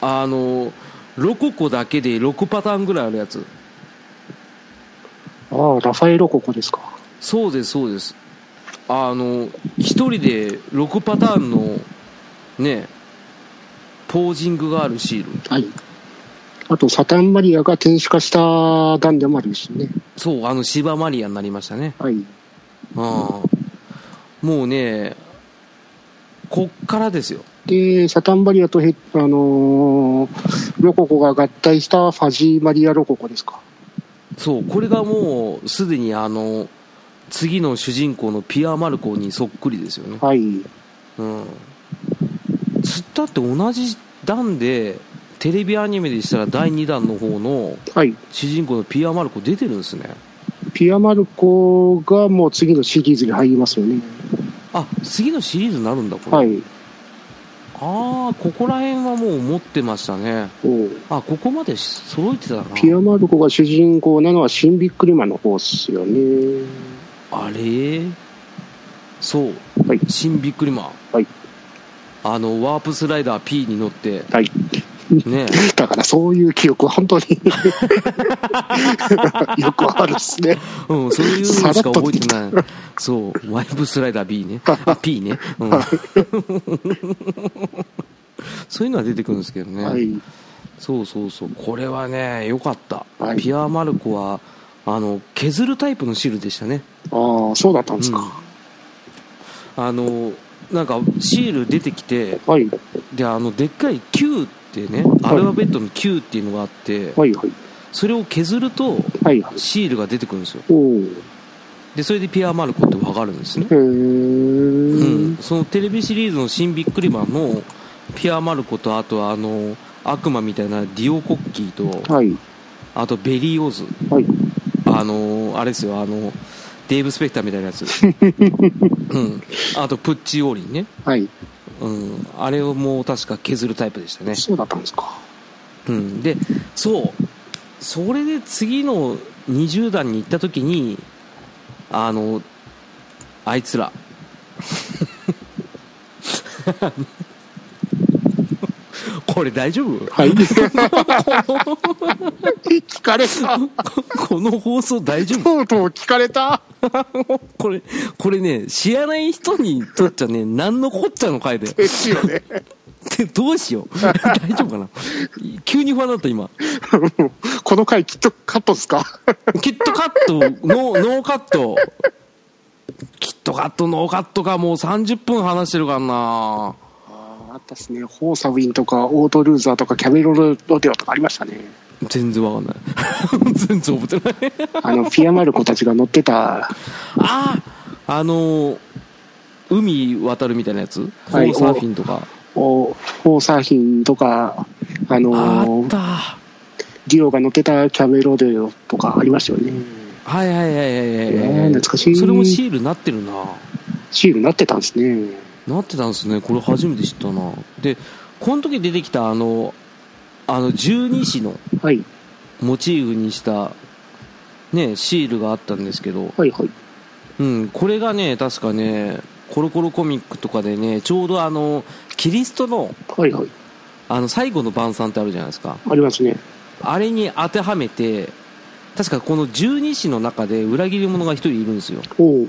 [SPEAKER 1] あのロココだけで6パターンぐらいあるやつ
[SPEAKER 2] ああラファエロココですか
[SPEAKER 1] そうですそうですあの1人で6パターンのねポージングがあるシール
[SPEAKER 2] はいあとサタンマリアが天使化した段でもあるしね
[SPEAKER 1] そうあのシバマリアになりましたね
[SPEAKER 2] はい
[SPEAKER 1] あもうねこっからですよ
[SPEAKER 2] で、サタンバリアとヘ、あのーロココが合体したファジーマリアロココですか。
[SPEAKER 1] そうこれがもうすでにあの次の主人公のピア・マルコにそっくりですよね
[SPEAKER 2] はい。
[SPEAKER 1] うんつったって同じ段でテレビアニメでしたら第2弾の方の
[SPEAKER 2] はい。
[SPEAKER 1] 主人公のピア・マルコ出てるんですね
[SPEAKER 2] ピアマルコがもう次のシリーズに入りますよね。
[SPEAKER 1] あ次のシリーズになるんだこれ、
[SPEAKER 2] はい。
[SPEAKER 1] ああここら辺はもう持ってましたね
[SPEAKER 2] おう
[SPEAKER 1] あここまで揃えてたな
[SPEAKER 2] ピアマルコが主人公なのはシンビックルマンの方っすよね。
[SPEAKER 1] あれそう、
[SPEAKER 2] はい
[SPEAKER 1] 新ビックリマン
[SPEAKER 2] はい
[SPEAKER 1] あのワープスライダー P に乗 って
[SPEAKER 2] はい。
[SPEAKER 1] ね
[SPEAKER 2] だからそういう記憶は本当に よくあるっすね。
[SPEAKER 1] うん、そういうのしか覚えてない。そう、ワイプスライダー B ね。あ P ね。うん、 そういうのは出てくるんですけどね。
[SPEAKER 2] はい。
[SPEAKER 1] そうそうそう。これはね、良かった。
[SPEAKER 2] はい
[SPEAKER 1] ピアーマルコは、あの、削るタイプの汁でしたね。
[SPEAKER 2] ああ、そうだったんですか。
[SPEAKER 1] あの、なんか、シール出てきて、
[SPEAKER 2] はい。
[SPEAKER 1] で、あの、でっかい Q ってね、アルファベットの Q っていうのがあって、
[SPEAKER 2] はいはい。
[SPEAKER 1] それを削ると、
[SPEAKER 2] はいはい。
[SPEAKER 1] シールが出てくるんですよ。
[SPEAKER 2] おう。
[SPEAKER 1] で、それでピアーマルコってわかるんですね。
[SPEAKER 2] へえ。
[SPEAKER 1] うん、そのテレビシリーズの「新ビックリマン」のピア・マルコとあとはあの悪魔みたいなディオ・コッキーと
[SPEAKER 2] はい。
[SPEAKER 1] あとベリー・オズ
[SPEAKER 2] はい。
[SPEAKER 1] あのあれですよあのデーブ・スペクターみたいなや つ、うん、あとプッチ・オーリンね、
[SPEAKER 2] はい。
[SPEAKER 1] うん、あれをもう確か削るタイプでしたね、
[SPEAKER 2] そうだったんですか。
[SPEAKER 1] うん、でそうそれで次の20段に行った時にあのあいつら これ大丈夫
[SPEAKER 2] はい。聞かれた。
[SPEAKER 1] この放送大丈夫
[SPEAKER 2] とうとう聞かれた。
[SPEAKER 1] これこれね知らない人にとっちゃね何のこっちゃの回で
[SPEAKER 2] ですよね。
[SPEAKER 1] でどうしよう 大丈夫かな急に不安だった今
[SPEAKER 2] この回きっとカットですか。
[SPEAKER 1] キットカットノーノーカットキットカットノーカットかもう30分話してるからな
[SPEAKER 2] あったっすね。ホーサウィンとか、オートルーザーとか、キャメロンロデオとかありましたね。
[SPEAKER 1] 全然わかんない 全然覚えてない
[SPEAKER 2] あ の、ピアマルコたちが乗ってた、
[SPEAKER 1] あああのー海渡るみたいなやつ、
[SPEAKER 2] はい
[SPEAKER 1] ホーサーフィンとか
[SPEAKER 2] おホーサーヒンとか、あ
[SPEAKER 1] あ
[SPEAKER 2] の
[SPEAKER 1] っ、たは
[SPEAKER 2] ディオが乗ってたキャメロンロデオとかありましたよね。
[SPEAKER 1] いはいはいはいはいはい、
[SPEAKER 2] えー懐かしい
[SPEAKER 1] それもシールなってるな
[SPEAKER 2] シールなってたんですね。
[SPEAKER 1] なってたんですねこれ初めて知ったなでこの時出てきたあのあの十二支の
[SPEAKER 2] はい。
[SPEAKER 1] モチーフにした、ね、シールがあったんですけど、
[SPEAKER 2] はいはい。
[SPEAKER 1] うん、これがね確かねコロコロコミックとかでねちょうどあのキリストの
[SPEAKER 2] はいはい。
[SPEAKER 1] あの最後の晩餐ってあるじゃないですか
[SPEAKER 2] ありますね。
[SPEAKER 1] あれに当てはめて確かこの十二支の中で裏切り者が一人いるんですよ、
[SPEAKER 2] おう。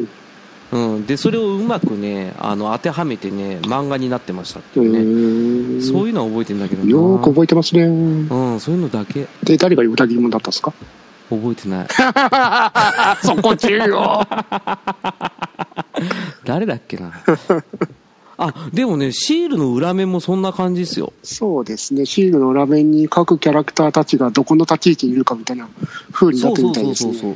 [SPEAKER 1] うん、でそれをうまくねあの当てはめてね漫画になってましたって
[SPEAKER 2] へ
[SPEAKER 1] いうね
[SPEAKER 2] ー
[SPEAKER 1] そういうのは覚えてんだけどな
[SPEAKER 2] よーく覚えてますね。
[SPEAKER 1] うん、そういうのだけ
[SPEAKER 2] で、誰が裏切り者だったんですか
[SPEAKER 1] 覚えてない
[SPEAKER 2] そこ重要
[SPEAKER 1] 誰だっけな あでもねシールの裏面もそんな感じですよ
[SPEAKER 2] そうですね、シールの裏面に各キャラクターたちがどこの立ち位置にいるかみたいな風にな
[SPEAKER 1] そ
[SPEAKER 2] っ
[SPEAKER 1] う
[SPEAKER 2] て
[SPEAKER 1] そ
[SPEAKER 2] み
[SPEAKER 1] う
[SPEAKER 2] たい
[SPEAKER 1] そ
[SPEAKER 2] で
[SPEAKER 1] う
[SPEAKER 2] す
[SPEAKER 1] そう
[SPEAKER 2] ね。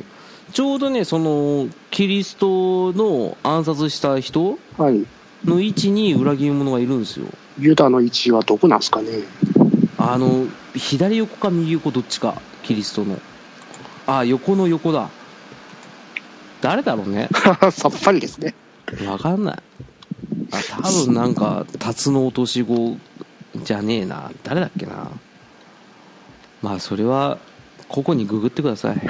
[SPEAKER 1] そうちょうどねそのキリストの暗殺した人
[SPEAKER 2] はい、
[SPEAKER 1] の位置に裏切り者がいるんですよ
[SPEAKER 2] ユダの位置はどこなんですかね。
[SPEAKER 1] あの左横か右横どっちかキリストのあ横の横だ誰だろうね
[SPEAKER 2] さっぱりですね。
[SPEAKER 1] わかんないあ多分なんか辰の落とし子じゃねえな誰だっけなまあそれはここにググってください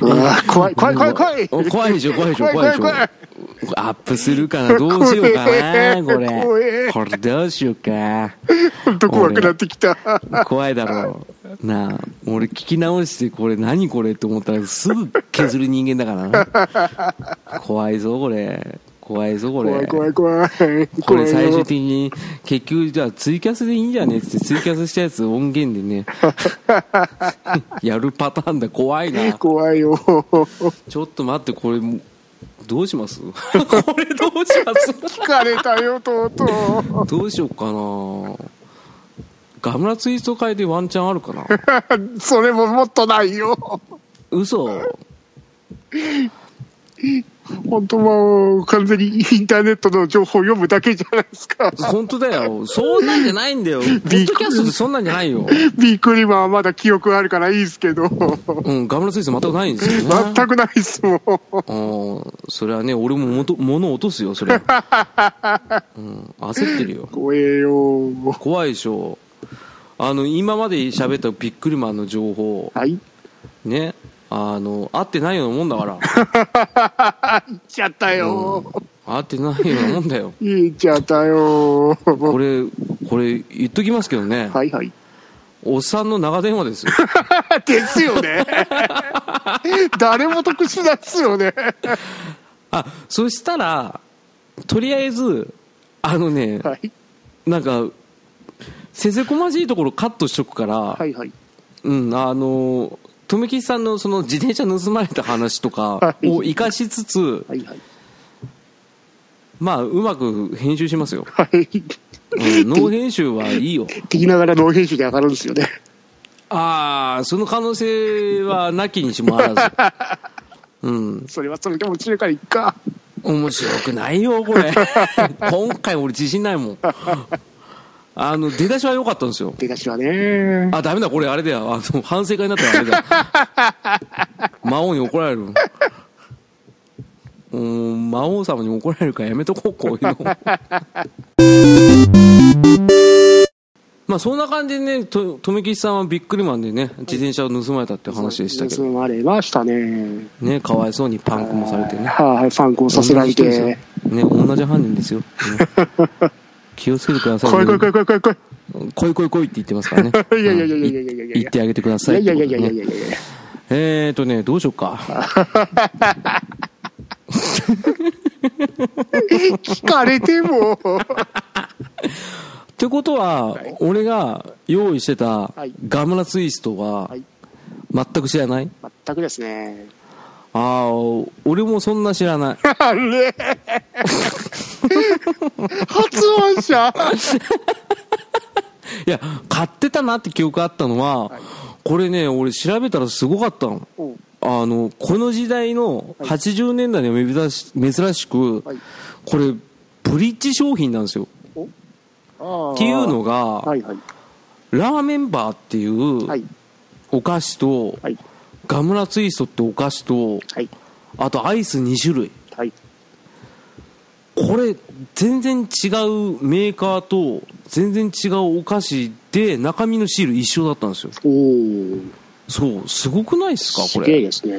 [SPEAKER 2] うわー怖い、 怖い、怖い、怖い。
[SPEAKER 1] お怖いでしょ怖いでしょ怖いでしょ
[SPEAKER 2] 怖い怖い
[SPEAKER 1] アップするかなどうしようかなこ
[SPEAKER 2] 怖
[SPEAKER 1] れ
[SPEAKER 2] え
[SPEAKER 1] これどうしようか
[SPEAKER 2] ほんと怖くなってきた。
[SPEAKER 1] 怖いだろうなあ俺聞き直してこれ何これって思ったらすぐ削る人間だからな怖いぞこれこ怖いぞこれ
[SPEAKER 2] 怖い怖い怖い
[SPEAKER 1] これ
[SPEAKER 2] 怖い
[SPEAKER 1] 最
[SPEAKER 2] よ
[SPEAKER 1] 終的に結局じゃあツイキャスでいいんじゃねえっつってツイキャスしたやつ音源で ねやるパターンだ怖いな
[SPEAKER 2] 怖いよ
[SPEAKER 1] ちょっと待ってこれもうどうしますこれどうします
[SPEAKER 2] 疲れたよとうとう
[SPEAKER 1] どうしようかなガムラツイスト会でワンチャンあるかな
[SPEAKER 2] それももっとないよ
[SPEAKER 1] 嘘
[SPEAKER 2] 本当もう完全にインターネットの情報を読むだけじゃないで すか
[SPEAKER 1] 本当だよそんなんじゃないんだよポッドキャストでそんなんじゃないよ
[SPEAKER 2] ビックリマンはまだ記憶あるからいいですけど
[SPEAKER 1] うんガムラツイスト全くないんですよね
[SPEAKER 2] 全くないっすも
[SPEAKER 1] う
[SPEAKER 2] ん
[SPEAKER 1] んそれはね俺ももと物を落とすよそ れ、うん、焦ってるよ
[SPEAKER 2] 怖えよ
[SPEAKER 1] 怖いでしょあの今まで喋ったビックリマンの情報
[SPEAKER 2] はい
[SPEAKER 1] ねあの合ってないようなもんだ から
[SPEAKER 2] 行っちゃったよ、
[SPEAKER 1] 合ってないようなもんだよ
[SPEAKER 2] 行っちゃったよ
[SPEAKER 1] これこれ言っときますけどね、
[SPEAKER 2] はいはい
[SPEAKER 1] おっさんの長電話ですよ
[SPEAKER 2] ですよね 誰も得しないっすよね
[SPEAKER 1] あそしたらとりあえずあのね、
[SPEAKER 2] はい
[SPEAKER 1] なんかせせこましいところカットしとくから、
[SPEAKER 2] はいはい
[SPEAKER 1] うん、あの、富吉さんのその自転車盗まれた話とか
[SPEAKER 2] はい
[SPEAKER 1] を生かしつつ、
[SPEAKER 2] はいはい
[SPEAKER 1] まあ、うまく編集します よ。
[SPEAKER 2] はい
[SPEAKER 1] うん、ノー編集はいいよ。
[SPEAKER 2] 聞きながら脳編集で上がるんですよね
[SPEAKER 1] ああ、その可能性はなきにしもあら ず。うん、
[SPEAKER 2] それはそれでも中華いっか
[SPEAKER 1] 面白くないよ、こ れ。今回俺自信ないもん。あの、出だしは良かったんですよ。
[SPEAKER 2] 出だしはね
[SPEAKER 1] あ、ダメだ、これあれだよ。あの、反省会になったらあれだ。 魔王に怒られる。うん、魔王様に怒られるからやめとこう、こうい うの。まあ、そんな感じでね、と富吉さんはビックリマンでね、自転車を盗まれたって話でしたけど、
[SPEAKER 2] 盗まれましたね
[SPEAKER 1] ね、かわいそうにパンクもされてね。
[SPEAKER 2] はい、ファンクをさせられて。
[SPEAKER 1] ね、同じ犯人 ですよ。ね気をつけてください、ね。
[SPEAKER 2] 怖い怖い怖い怖い怖い怖い。
[SPEAKER 1] 来い来い来いって言ってますからね。
[SPEAKER 2] いやいやいやいやいやいやいや
[SPEAKER 1] うん言ってあげてください。
[SPEAKER 2] いやいやいやいやいやいやいや。
[SPEAKER 1] えーとね、どうしようか。
[SPEAKER 2] 聞かれても。
[SPEAKER 1] ってことは、
[SPEAKER 2] い
[SPEAKER 1] 俺が用意してた
[SPEAKER 2] はい
[SPEAKER 1] ガムラツイストが
[SPEAKER 2] はい
[SPEAKER 1] 全く知らない、
[SPEAKER 2] 全くですね。
[SPEAKER 1] ああ、俺もそんな知ら ない。
[SPEAKER 2] あれ発音者
[SPEAKER 1] いや、買ってたなって記憶あったのは、
[SPEAKER 2] い
[SPEAKER 1] これね、俺調べたらすごかったの。
[SPEAKER 2] おう
[SPEAKER 1] あの、この時代の80年代には珍し珍しく、
[SPEAKER 2] はい
[SPEAKER 1] これ、ブリッジ商品なんですよ。
[SPEAKER 2] あー
[SPEAKER 1] っていうのが、
[SPEAKER 2] はいはい。
[SPEAKER 1] ラーメンバーっていう
[SPEAKER 2] はい。
[SPEAKER 1] お菓子と、
[SPEAKER 2] はい。
[SPEAKER 1] ガムラツイストってお菓子と、
[SPEAKER 2] はい。
[SPEAKER 1] あとアイス2種類。
[SPEAKER 2] はい。
[SPEAKER 1] これ、全然違うメーカーと、全然違うお菓子で、中身のシール一緒だったんですよ。
[SPEAKER 2] おー。
[SPEAKER 1] そう、すごくないですか
[SPEAKER 2] す
[SPEAKER 1] こ
[SPEAKER 2] げえ
[SPEAKER 1] れ。
[SPEAKER 2] ですね。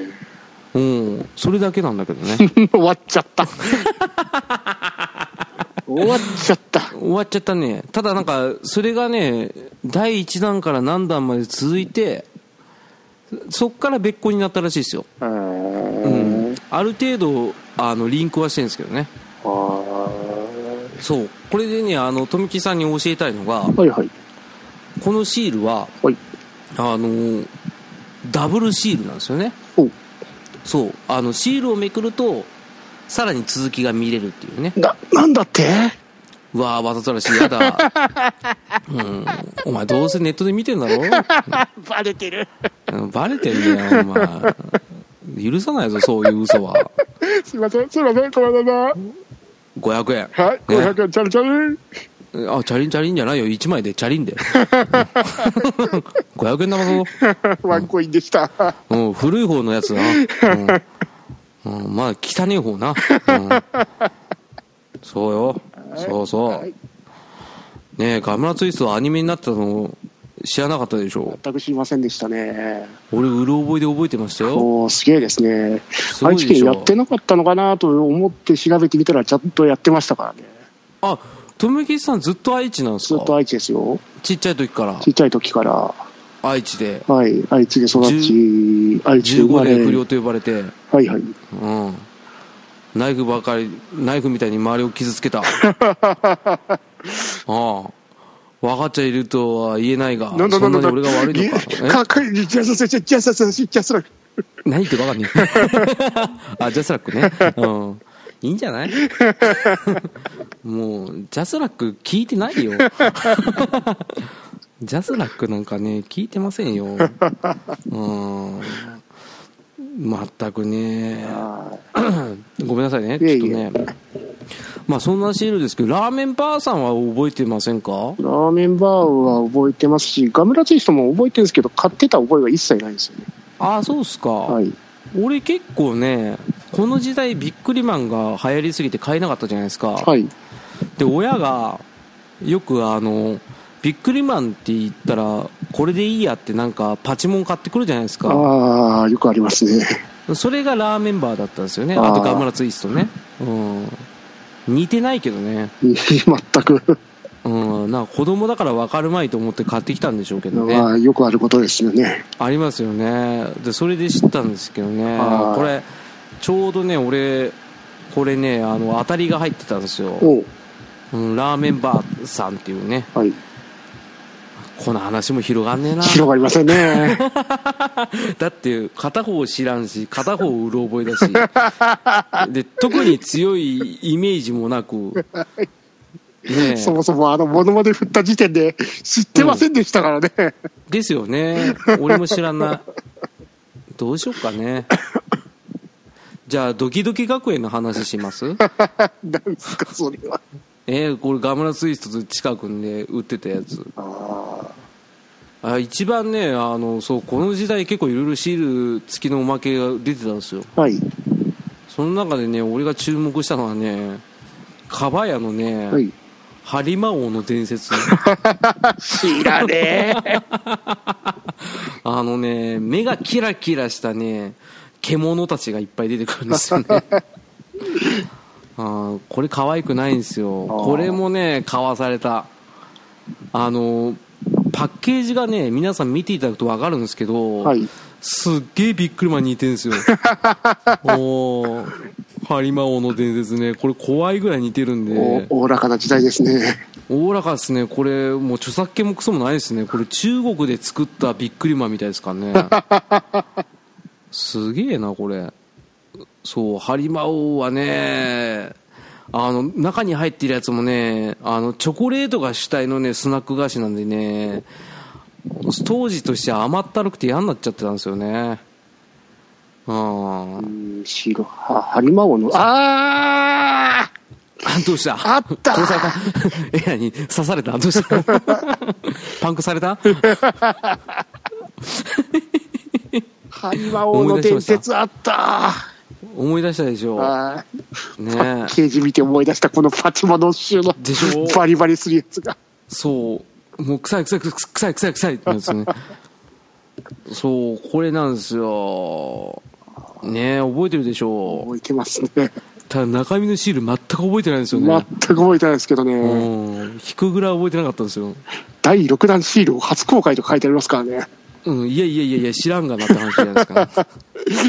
[SPEAKER 1] うん。それだけなんだけど ね。
[SPEAKER 2] 終わっちゃった。終わっちゃった。
[SPEAKER 1] 終わっちゃったね。ただなんか、それがね、第1弾から何弾まで続いて、そっから別個になったらしいですよ。
[SPEAKER 2] う
[SPEAKER 1] うん
[SPEAKER 2] ーん。
[SPEAKER 1] ある程度、あの、リンクはしてるんですけどね。
[SPEAKER 2] あー
[SPEAKER 1] そう。これでね、あの、富木さんに教えたいのが、
[SPEAKER 2] はいはい。
[SPEAKER 1] このシールは、
[SPEAKER 2] はい。
[SPEAKER 1] あの、ダブルシールなんですよね。
[SPEAKER 2] おう
[SPEAKER 1] そう。あの、シールをめくると、さらに続きが見れるっていうね。
[SPEAKER 2] な、なんだって
[SPEAKER 1] うわあわざとらしい。やだ。 うん。お前、どうせネットで見てんだろ
[SPEAKER 2] バレてる。
[SPEAKER 1] うんバレてんだよ、お前。許さないぞ、そういう嘘は。
[SPEAKER 2] すいません、すいません、ごめんなさい。
[SPEAKER 1] 500円。
[SPEAKER 2] はい、500円、チャルチャル。
[SPEAKER 1] あ、チャリンチャリンじゃないよ。1枚でチャリンで。500円玉ぞ。
[SPEAKER 2] ワンコインでした。
[SPEAKER 1] うん、古い方のやつだ な。うん、うん、まあ、汚い方な。うん、そうよ。そうそう。ねえ、ガムラツイストはアニメになったの知らなかったでしょ
[SPEAKER 2] 全く知りませんでしたね。
[SPEAKER 1] 俺、うる覚えで覚えてましたよ。
[SPEAKER 2] おー、すげえですね。
[SPEAKER 1] ごい
[SPEAKER 2] 愛
[SPEAKER 1] でし
[SPEAKER 2] 知
[SPEAKER 1] ょ
[SPEAKER 2] 県やってなかったのかなと思って調べてみたら、ちゃんとやってましたからね。
[SPEAKER 1] あ、とめきさんずっと愛知なんです
[SPEAKER 2] ずっと
[SPEAKER 1] か
[SPEAKER 2] 愛知ですよ。
[SPEAKER 1] ちっちゃい時から
[SPEAKER 2] ちっちゃい時から。
[SPEAKER 1] 愛知で。
[SPEAKER 2] はい、愛知で育ち、愛知で生
[SPEAKER 1] 15
[SPEAKER 2] まれ。
[SPEAKER 1] 年不良と呼ばれて。
[SPEAKER 2] はいはい。
[SPEAKER 1] うん。ナイフばかりナイフみたいに周りを傷つけた ああ分かっちゃいるとは言えないが
[SPEAKER 2] なんだな
[SPEAKER 1] そ
[SPEAKER 2] ん
[SPEAKER 1] んな
[SPEAKER 2] だ
[SPEAKER 1] に俺
[SPEAKER 2] なん
[SPEAKER 1] が悪いのかえ
[SPEAKER 2] だ。かっこいい。ジャスラック、ジャスラック、ジャスラック。
[SPEAKER 1] 何言ってバカね あジャスラックねうんいいんじゃないもうジャスラック聞いてないよ ジャスラックなんかね聞いてませんようん全くね ごめんなさいね
[SPEAKER 2] い
[SPEAKER 1] ちょ
[SPEAKER 2] え
[SPEAKER 1] っ
[SPEAKER 2] い
[SPEAKER 1] と
[SPEAKER 2] え
[SPEAKER 1] ねまあそんなシールですけどラーメンバーさんは覚えてませんか
[SPEAKER 2] ラーメンバーは覚えてますし、ガムラツイストも覚えてるんですけど、買ってた覚えは一切ないんですよね。
[SPEAKER 1] ああそうっすか、
[SPEAKER 2] はい。
[SPEAKER 1] 俺結構ねこの時代ビックリマンが流行りすぎて買えなかったじゃないですか、
[SPEAKER 2] はい。
[SPEAKER 1] で親がよくあのビックリマンって言ったらこれでいいやってなんかパチモン買ってくるじゃないですか
[SPEAKER 2] ああ、よくあります ね。
[SPEAKER 1] それがラーメンバーだったんですよね
[SPEAKER 2] あー
[SPEAKER 1] あとガムラツイストねうん似てないけどね
[SPEAKER 2] 全く、
[SPEAKER 1] うんなんか子供だから分かるまいと思って買ってきたんでしょうけどね
[SPEAKER 2] まあ、よくあることですよね。
[SPEAKER 1] ありますよねでそれで知ったんですけどね
[SPEAKER 2] はい
[SPEAKER 1] これちょうどね俺これねあの当たりが入ってたんですよ、
[SPEAKER 2] おう
[SPEAKER 1] うん、ラーメンバーさんっていうね
[SPEAKER 2] はい。
[SPEAKER 1] この話も広がんねえな
[SPEAKER 2] 広がりませんね。
[SPEAKER 1] だって片方知らんし片方うろ覚えだし で特に強いイメージもなくね
[SPEAKER 2] そもそもあの、モノマネ振った時点で知ってませんでした からね。
[SPEAKER 1] ですよね俺も知らないどうしようかねじゃあドキドキ学園の話します
[SPEAKER 2] なんですか、それは。
[SPEAKER 1] えー、これガムラツイストと近くんで売ってたやつ
[SPEAKER 2] あ
[SPEAKER 1] あ一番ねあのそうこの時代結構いろいろシール付きのおまけが出てたんですよ
[SPEAKER 2] あ。はい。
[SPEAKER 1] その中でね俺が注目したのはねカバヤのね、
[SPEAKER 2] はい。
[SPEAKER 1] ハリマ王の伝説
[SPEAKER 2] 知らねえ。
[SPEAKER 1] あのね目がキラキラしたね獣たちがいっぱい出てくるんです よねあーこれ可愛くないんですよ
[SPEAKER 2] あー
[SPEAKER 1] これもね買わされたあのパッケージがね皆さん見ていただくと分かるんですけど、
[SPEAKER 2] はい。
[SPEAKER 1] すっげえビックリマンに似てるんです よおーハリマ王の伝説ねこれ怖いぐらい似てるんで
[SPEAKER 2] お、おおらかな時代ですね。
[SPEAKER 1] おおらかですねこれもう著作権もクソもないですねこれ中国で作ったビックリマンみたいですからねすげえなこれそうハリマオはねあの中に入っているやつもねあのチョコレートが主体のねスナック菓子なんでね当時としては甘ったるくて嫌になっちゃってたんですよねうん
[SPEAKER 2] うん、白、は、ハリマ王の、ああ
[SPEAKER 1] どうした
[SPEAKER 2] あったー
[SPEAKER 1] 殺された え、何刺されたどうした パンクされた
[SPEAKER 2] ハリマ王の伝説あった
[SPEAKER 1] 思い出したでしょ
[SPEAKER 2] あ
[SPEAKER 1] ね
[SPEAKER 2] ーケージ見て思い出したこのパチモノッシュの
[SPEAKER 1] でしょ
[SPEAKER 2] バリバリするやつが
[SPEAKER 1] そうもう臭い臭い臭い臭い臭い臭いってやつね そうこれなんですよねえ覚えてるでしょ
[SPEAKER 2] 覚えてますね全
[SPEAKER 1] うただ中身のシール全く覚えてないんですよね、
[SPEAKER 2] く覚えてないですけどね、
[SPEAKER 1] うん引くぐらい覚えてなかったんですよ、
[SPEAKER 2] 第6弾シールを初公開と書いてありますからね
[SPEAKER 1] うん、いやいやいやいや知らんがなって話じゃないですか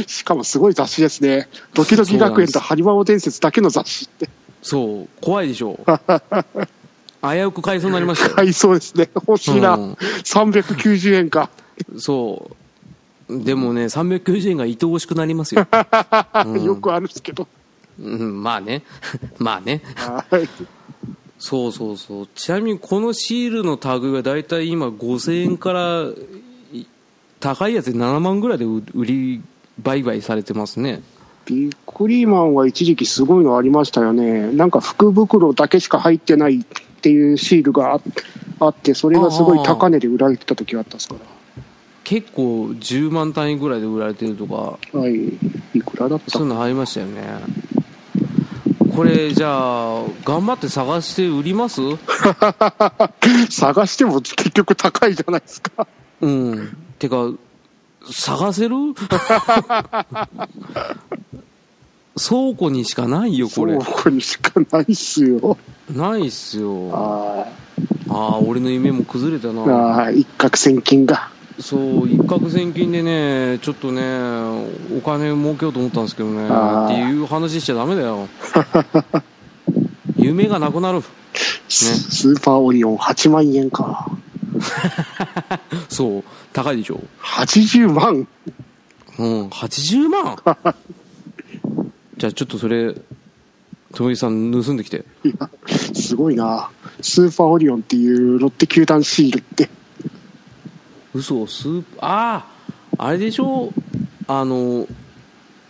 [SPEAKER 2] しかもすごい雑誌ですねドキドキ学園とハリマ王伝説だけの雑誌って
[SPEAKER 1] そう怖いでしょう危うく買いそうになりましたよ
[SPEAKER 2] 買いそうですね欲しいな、
[SPEAKER 1] うん
[SPEAKER 2] 390円か、
[SPEAKER 1] そうでもね390円が愛おしくなりますよ、
[SPEAKER 2] よくあるんですけど
[SPEAKER 1] うん、まあね まあね
[SPEAKER 2] はい
[SPEAKER 1] そうそうそうちなみにこのシールの類はだいたい今5000円からい高いやつで7万ぐらいで売売り売買されてますね
[SPEAKER 2] ビックリマンは一時期すごいのありましたよね。なんか福袋だけしか入ってないっていうシールがああって、それがすごい高値で売られてた時があったんですか。
[SPEAKER 1] 結構10万単位ぐらいで売られてるとから
[SPEAKER 2] はい。いくらだった
[SPEAKER 1] そういうのありましたよねこれじゃあ頑張って探して売ります
[SPEAKER 2] 探しても結局高いじゃないですか。
[SPEAKER 1] うん。てか、探せる倉庫にしかないよ、これ
[SPEAKER 2] 倉。庫にしかないっすよ。
[SPEAKER 1] ないっすよ。あ
[SPEAKER 2] は
[SPEAKER 1] あー、俺の夢も崩れた
[SPEAKER 2] い。
[SPEAKER 1] な。
[SPEAKER 2] ああ、一攫千金が。
[SPEAKER 1] そう一攫千金でねちょっとねお金儲けようと思ったんですけどね
[SPEAKER 2] あー
[SPEAKER 1] っていう話しちゃダメだよ 夢がなくなる
[SPEAKER 2] スーパーオリオン8万円か。
[SPEAKER 1] そう高いでしょ
[SPEAKER 2] 80万
[SPEAKER 1] うん80万 じゃあちょっとそれ友井さん盗んできて
[SPEAKER 2] いや、すごいな。スーパーオリオンっていうロッテ球団シールって。
[SPEAKER 1] 嘘スーパーあああれでしょあの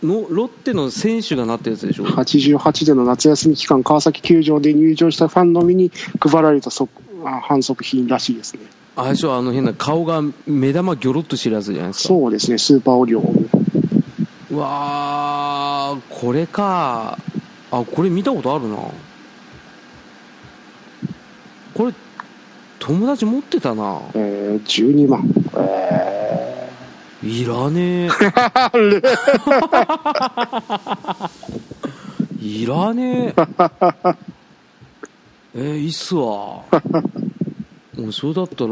[SPEAKER 1] のロッテの選手がなったやつでしょ
[SPEAKER 2] 88での夏休み期間、川崎球場で入場したファンのみに配られたそあ反則品らしいですね。
[SPEAKER 1] あれでしょあの変な顔が目玉ギョロッとしてるやつじゃないですか
[SPEAKER 2] そうですね、スーパーオリオン。
[SPEAKER 1] うわーこれかあこれ見たことあるなこれ友達持ってたな
[SPEAKER 2] えー、12万。え
[SPEAKER 1] いらねえいらねええー、いいっすわもうそれだったら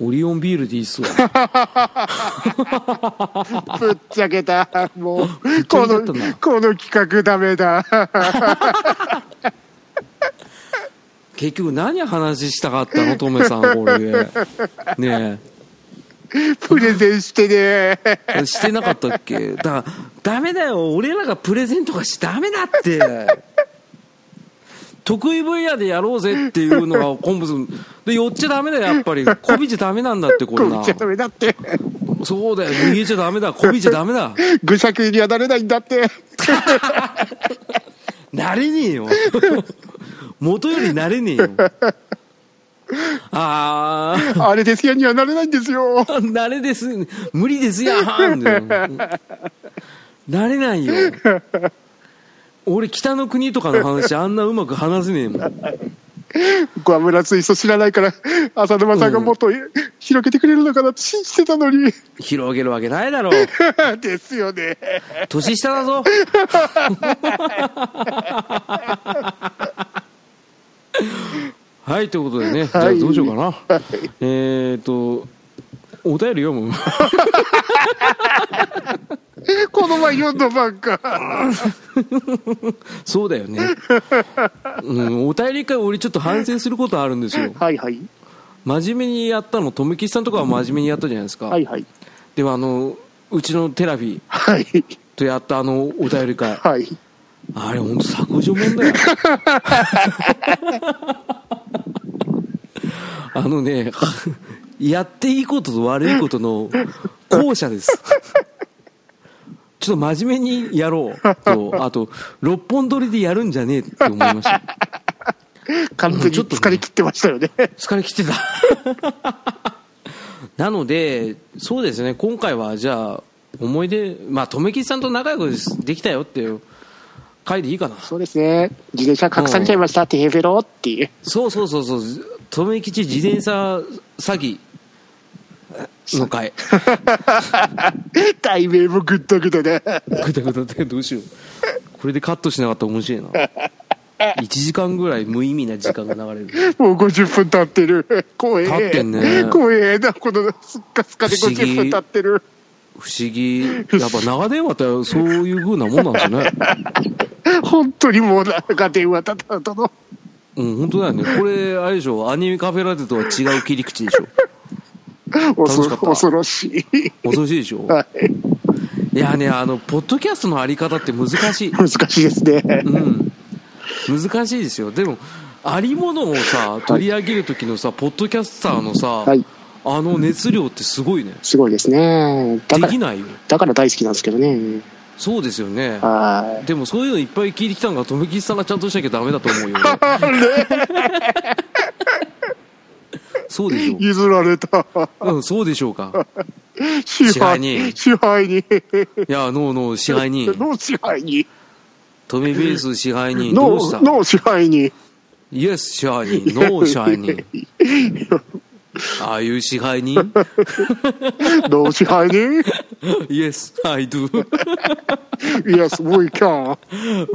[SPEAKER 1] オリオンビールでいいっすわ
[SPEAKER 2] ー、ぶっちゃけた。もう、
[SPEAKER 1] っちゃけちゃったな
[SPEAKER 2] この企画ダメだ。
[SPEAKER 1] 結局何話したかったのトメさんこれね
[SPEAKER 2] プレゼンしてね。
[SPEAKER 1] えしてなかったっけだからダメだよ俺らがプレゼントがしダメだって得意分野でやろうぜっていうのが昆布すで寄っちゃダメだよやっぱりこびちゃダメなんだってこ
[SPEAKER 2] こ
[SPEAKER 1] ん
[SPEAKER 2] ん
[SPEAKER 1] な
[SPEAKER 2] ちゃダメだって。
[SPEAKER 1] そうだよ逃げちゃダメだこびちゃダメだ
[SPEAKER 2] ぐしゃくにはなれないんだって。
[SPEAKER 1] なれねえよ元よりなれねえよああ
[SPEAKER 2] あれですよにはなれないんですよ。
[SPEAKER 1] 慣れです無理です やはんだよ慣れないよ俺北の国とかの話あんなうまく話せねえもん
[SPEAKER 2] 桑村水素知らないから、浅沼さんがもっと広げてくれるのかなって信じてたのに。
[SPEAKER 1] 広げるわけないだろ
[SPEAKER 2] ですよね。
[SPEAKER 1] 年下 だぞはいということでねじゃあどうしようかな、えー、っとお便り読む
[SPEAKER 2] この前読んだばっか。
[SPEAKER 1] そうだよね、うん、お便り会俺ちょっと反省することあるんですよ
[SPEAKER 2] はいはい。
[SPEAKER 1] 真面目にやったのとめきちさんとかは真面目にやったじゃないですか、
[SPEAKER 2] はいはい。
[SPEAKER 1] でもあのうちのテラフィ
[SPEAKER 2] はい。
[SPEAKER 1] とやったあのお便り 会
[SPEAKER 2] はい。
[SPEAKER 1] あれ本当削除もん だよあのねやっていいことと悪いことの後者 ですちょっと真面目にやろうとあと六本撮りでやるんじゃねえって思いました
[SPEAKER 2] 完全に疲れ切ってましたよね。
[SPEAKER 1] 疲れ切ってた なのでそうですね今回はじゃあ思い出まあ留吉さんと仲良くできたよっていう回でいいかな
[SPEAKER 2] そうですね。自転車隠されちゃいました。テヘベロっていう。
[SPEAKER 1] そうそうそうそう留吉自転車詐欺の 回
[SPEAKER 2] 題名もグッドグッドで。
[SPEAKER 1] グダグダでどうしようこれでカットしなかったら面白いな1時間ぐらい無意味な時間が流れる
[SPEAKER 2] もう50分経ってる。怖え。
[SPEAKER 1] 経ってんね
[SPEAKER 2] 怖えな、このすっかすかで
[SPEAKER 1] 不思議
[SPEAKER 2] 50分経ってる。
[SPEAKER 1] 不思議やっぱ長電話ってそういう風なもんなんですね
[SPEAKER 2] 本当にもうなんか電話だったの。
[SPEAKER 1] うん本当だよねこれあれでしょアニメカフェラテとは違う切り口でしょ
[SPEAKER 2] 恐
[SPEAKER 1] 楽しか
[SPEAKER 2] ろ
[SPEAKER 1] った
[SPEAKER 2] 恐ろしい。
[SPEAKER 1] 恐ろしいでしょ
[SPEAKER 2] はい
[SPEAKER 1] いやねあのポッドキャストのあり方って難しい
[SPEAKER 2] 難しいですね。
[SPEAKER 1] うん難しいですよでもありものをさ取り上げる時のさポッドキャスターのさ、
[SPEAKER 2] はい
[SPEAKER 1] あの熱量ってすごいね
[SPEAKER 2] すごいですね。だ
[SPEAKER 1] で
[SPEAKER 2] から
[SPEAKER 1] き、ないよ
[SPEAKER 2] だから大好きなんですけどね。
[SPEAKER 1] そうですよね
[SPEAKER 2] はい。
[SPEAKER 1] でもそういうのいっぱい聞いてきたのが留吉さんがちゃんとしなきゃダメだと思うよ
[SPEAKER 2] あれ
[SPEAKER 1] そうでしょ
[SPEAKER 2] 譲ら れた。
[SPEAKER 1] う、うん、そうでしょうか
[SPEAKER 2] 支
[SPEAKER 1] 配
[SPEAKER 2] 配
[SPEAKER 1] 人
[SPEAKER 2] に。支配に。
[SPEAKER 1] いやノーノー支配 人
[SPEAKER 2] の支配に。
[SPEAKER 1] トミベース支配人ど
[SPEAKER 2] の
[SPEAKER 1] うした
[SPEAKER 2] の支配に。
[SPEAKER 1] イエス支配人ノー支配 人ああいう支配人
[SPEAKER 2] の支配に。
[SPEAKER 1] Yes, I do.
[SPEAKER 2] いや、すごいキャン。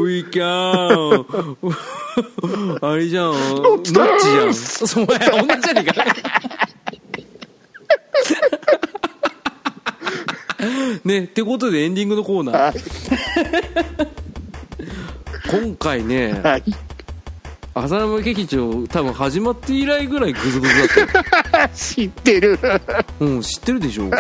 [SPEAKER 1] We can. あれじゃん。ノッチじゃん。そう、お前同じじゃねえか。 ねってことでエンディングのコーナー
[SPEAKER 2] はい。
[SPEAKER 1] 今回ね
[SPEAKER 2] はい。
[SPEAKER 1] 浅沼劇場多分始まって以来ぐらいグズグズだったよ
[SPEAKER 2] 知ってる。
[SPEAKER 1] うん知ってるでしょこ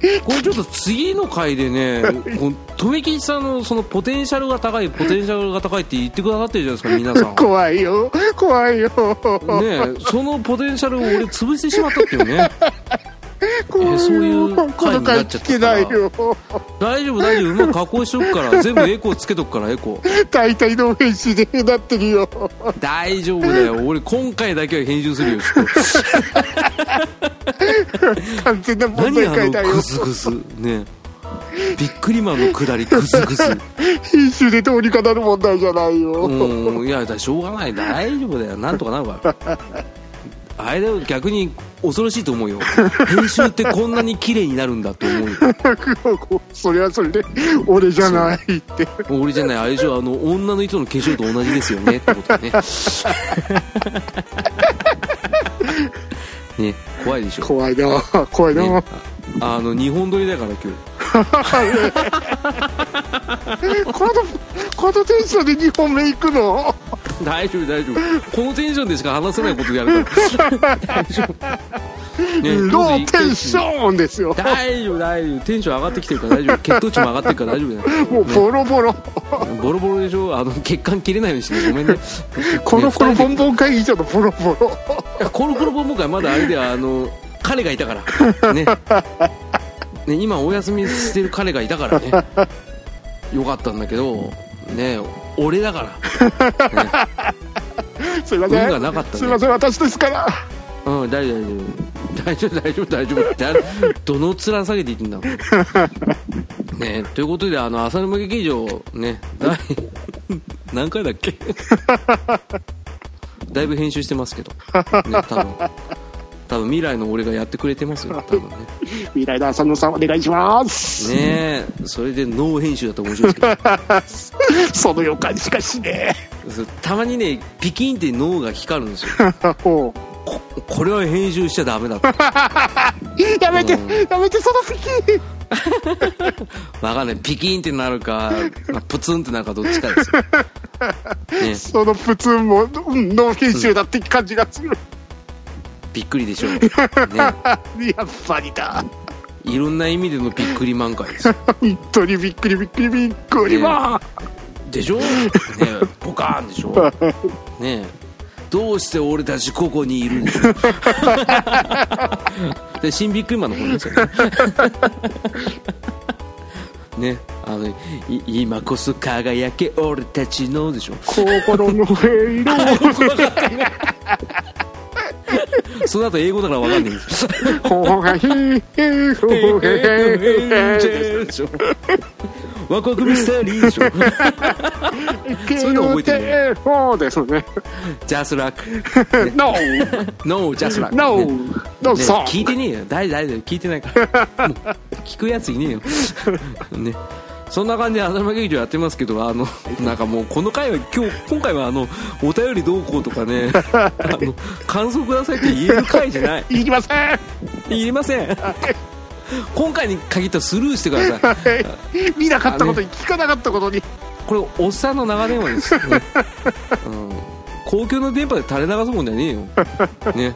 [SPEAKER 1] れちょっと次の回でねこの留吉さんのそのポテンシャルが高いポテンシャルが高いって言ってくださってるじゃないですか皆さん
[SPEAKER 2] 怖いよ。 怖いよ。
[SPEAKER 1] ねえそのポテンシャルを俺潰してしまったっていうね
[SPEAKER 2] 怖いよ。
[SPEAKER 1] そういう回
[SPEAKER 2] この
[SPEAKER 1] になっ
[SPEAKER 2] 回
[SPEAKER 1] ちゃ
[SPEAKER 2] 聞
[SPEAKER 1] った
[SPEAKER 2] け
[SPEAKER 1] か
[SPEAKER 2] な
[SPEAKER 1] ら
[SPEAKER 2] いよ。
[SPEAKER 1] 大丈夫大丈夫うまく加工しとくから全部エコーつけとくからエコー
[SPEAKER 2] 大体の編集でなってるよ。
[SPEAKER 1] 大丈夫だよ俺今回だけは編集するよちょっと
[SPEAKER 2] 完全な問
[SPEAKER 1] 何
[SPEAKER 2] 題解
[SPEAKER 1] あ
[SPEAKER 2] だ
[SPEAKER 1] の
[SPEAKER 2] よ
[SPEAKER 1] グ。ズグズねえびっくりマンのくだりグズグズ
[SPEAKER 2] 編集でどうにかなる問題じゃないよ。
[SPEAKER 1] うんいやだからしょうがない大丈夫だよなんとかなるからあれだよ逆に恐ろしいと思うよ編集ってこんなに綺麗になるんだと思うよ
[SPEAKER 2] それはそれで、俺じゃないって。
[SPEAKER 1] 俺じゃないあれでしょあの女の人の化粧と同じですよねってこと だねね怖いでしょ
[SPEAKER 2] 怖いな。怖いな
[SPEAKER 1] ね。、ああの日本撮りだから今
[SPEAKER 2] この、このテンションで2本目行くの
[SPEAKER 1] 日大丈夫大丈夫このテンションでしか話せないことやるから 大丈夫ね
[SPEAKER 2] ローテンションですよ。
[SPEAKER 1] 大丈夫大丈夫テンション上がってきてるから大丈夫血糖値も上がってるから大丈夫だよ
[SPEAKER 2] もうボロボロ。
[SPEAKER 1] ボロボロでしょあの血管切れないようにしてねごめんね
[SPEAKER 2] このコロボン
[SPEAKER 1] ン
[SPEAKER 2] ボン会議所のボロボロ。
[SPEAKER 1] コロコロボンボン会まだあれであの彼がいたからねね今お休みしてる彼がいたからねよかったんだけどね俺だから
[SPEAKER 2] すいま
[SPEAKER 1] 運
[SPEAKER 2] せ
[SPEAKER 1] が
[SPEAKER 2] ん。
[SPEAKER 1] なかった
[SPEAKER 2] すい
[SPEAKER 1] ね
[SPEAKER 2] ません、私ですから。
[SPEAKER 1] うん、大丈夫、大丈夫。大丈夫、大丈夫、大丈夫。だどの面下げていってんだ。ねえということで、あの、浅沼劇場、ね、第何回だっけだいぶ編集してますけど。ね、多分。多分未来の俺がやってくれてますよ、多分ね。
[SPEAKER 2] 未来の浅野さん、お願いします。
[SPEAKER 1] ねえ、それでノー編集だと面白いですけど。
[SPEAKER 2] その予感しかしね
[SPEAKER 1] そうたまにね、ピキンって脳が光るんですよ。
[SPEAKER 2] え。 もう
[SPEAKER 1] ここれは編集しちゃダメだって。
[SPEAKER 2] やめて、
[SPEAKER 1] う
[SPEAKER 2] やめて、その時。
[SPEAKER 1] わかんない。ピキンってなるか、まあプツンってなるかどっちかですよ。ね、
[SPEAKER 2] その普通も、うん、脳研修だって感じがする。
[SPEAKER 1] びっくりでしょう。ね、
[SPEAKER 2] やっぱりだ。
[SPEAKER 1] いろんな意味でのびっくり満開ですよ。
[SPEAKER 2] 本当にびっくりびっくりびっくりま
[SPEAKER 1] でしょね、ポカーンでしょねどうして俺たちここにいるんでしょうで、新ビックリマンの方ですよね。ね、あの、い今こそ輝け俺たちのでしょ。
[SPEAKER 2] 心の栄色
[SPEAKER 1] その後英語だからわかんないんですよ。
[SPEAKER 2] ほへへほへへ
[SPEAKER 1] ワクワクミステリーでしょ
[SPEAKER 2] KOTO ですね
[SPEAKER 1] Just Rock
[SPEAKER 2] No
[SPEAKER 1] No Just Rock
[SPEAKER 2] No
[SPEAKER 1] ね
[SPEAKER 2] No
[SPEAKER 1] ね
[SPEAKER 2] song
[SPEAKER 1] 聞いてねえよ大丈夫大丈夫聞いてないからもう聞くやついねえよねそんな感じで浅沼劇場やってますけどあのなんかもうこの回は今日今回はあのお便りどうこうとかねあの感想くださいって言える回じゃない
[SPEAKER 2] いきません
[SPEAKER 1] 言えません今回に限ったらスルーしてください
[SPEAKER 2] 見なかったことに聞かなかったことに
[SPEAKER 1] これおっさんの長電話です、ねうん、公共の電波で垂れ流すもんじゃねえよ、ね、っ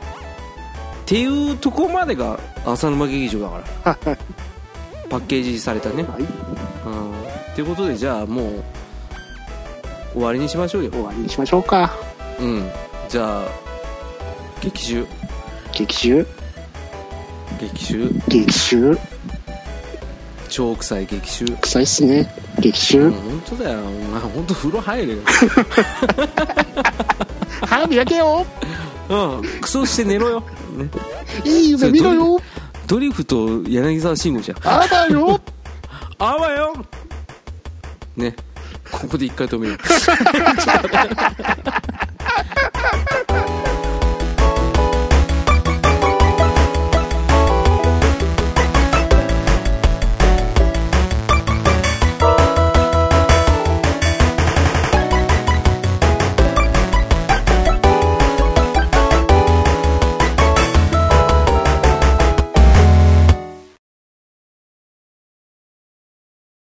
[SPEAKER 1] ていうとこまでが浅沼劇場だからパッケージされたね、
[SPEAKER 2] はい
[SPEAKER 1] うん、っていうことでじゃあもう終わりにしましょうよ、
[SPEAKER 2] 終わりにしましょうか
[SPEAKER 1] うん、じゃあ劇中
[SPEAKER 2] 劇中
[SPEAKER 1] 劇中
[SPEAKER 2] 劇中
[SPEAKER 1] 超臭い劇中
[SPEAKER 2] 臭いっすね劇
[SPEAKER 1] う
[SPEAKER 2] 中
[SPEAKER 1] ん本当だよお前本当風呂入れよ、
[SPEAKER 2] 歯磨けよ
[SPEAKER 1] うん、クソして寝ろよ、ね、
[SPEAKER 2] いい夢見ろよ
[SPEAKER 1] ドリフと柳沢慎吾じゃん
[SPEAKER 2] あばよ
[SPEAKER 1] あわよねここで一回止めよう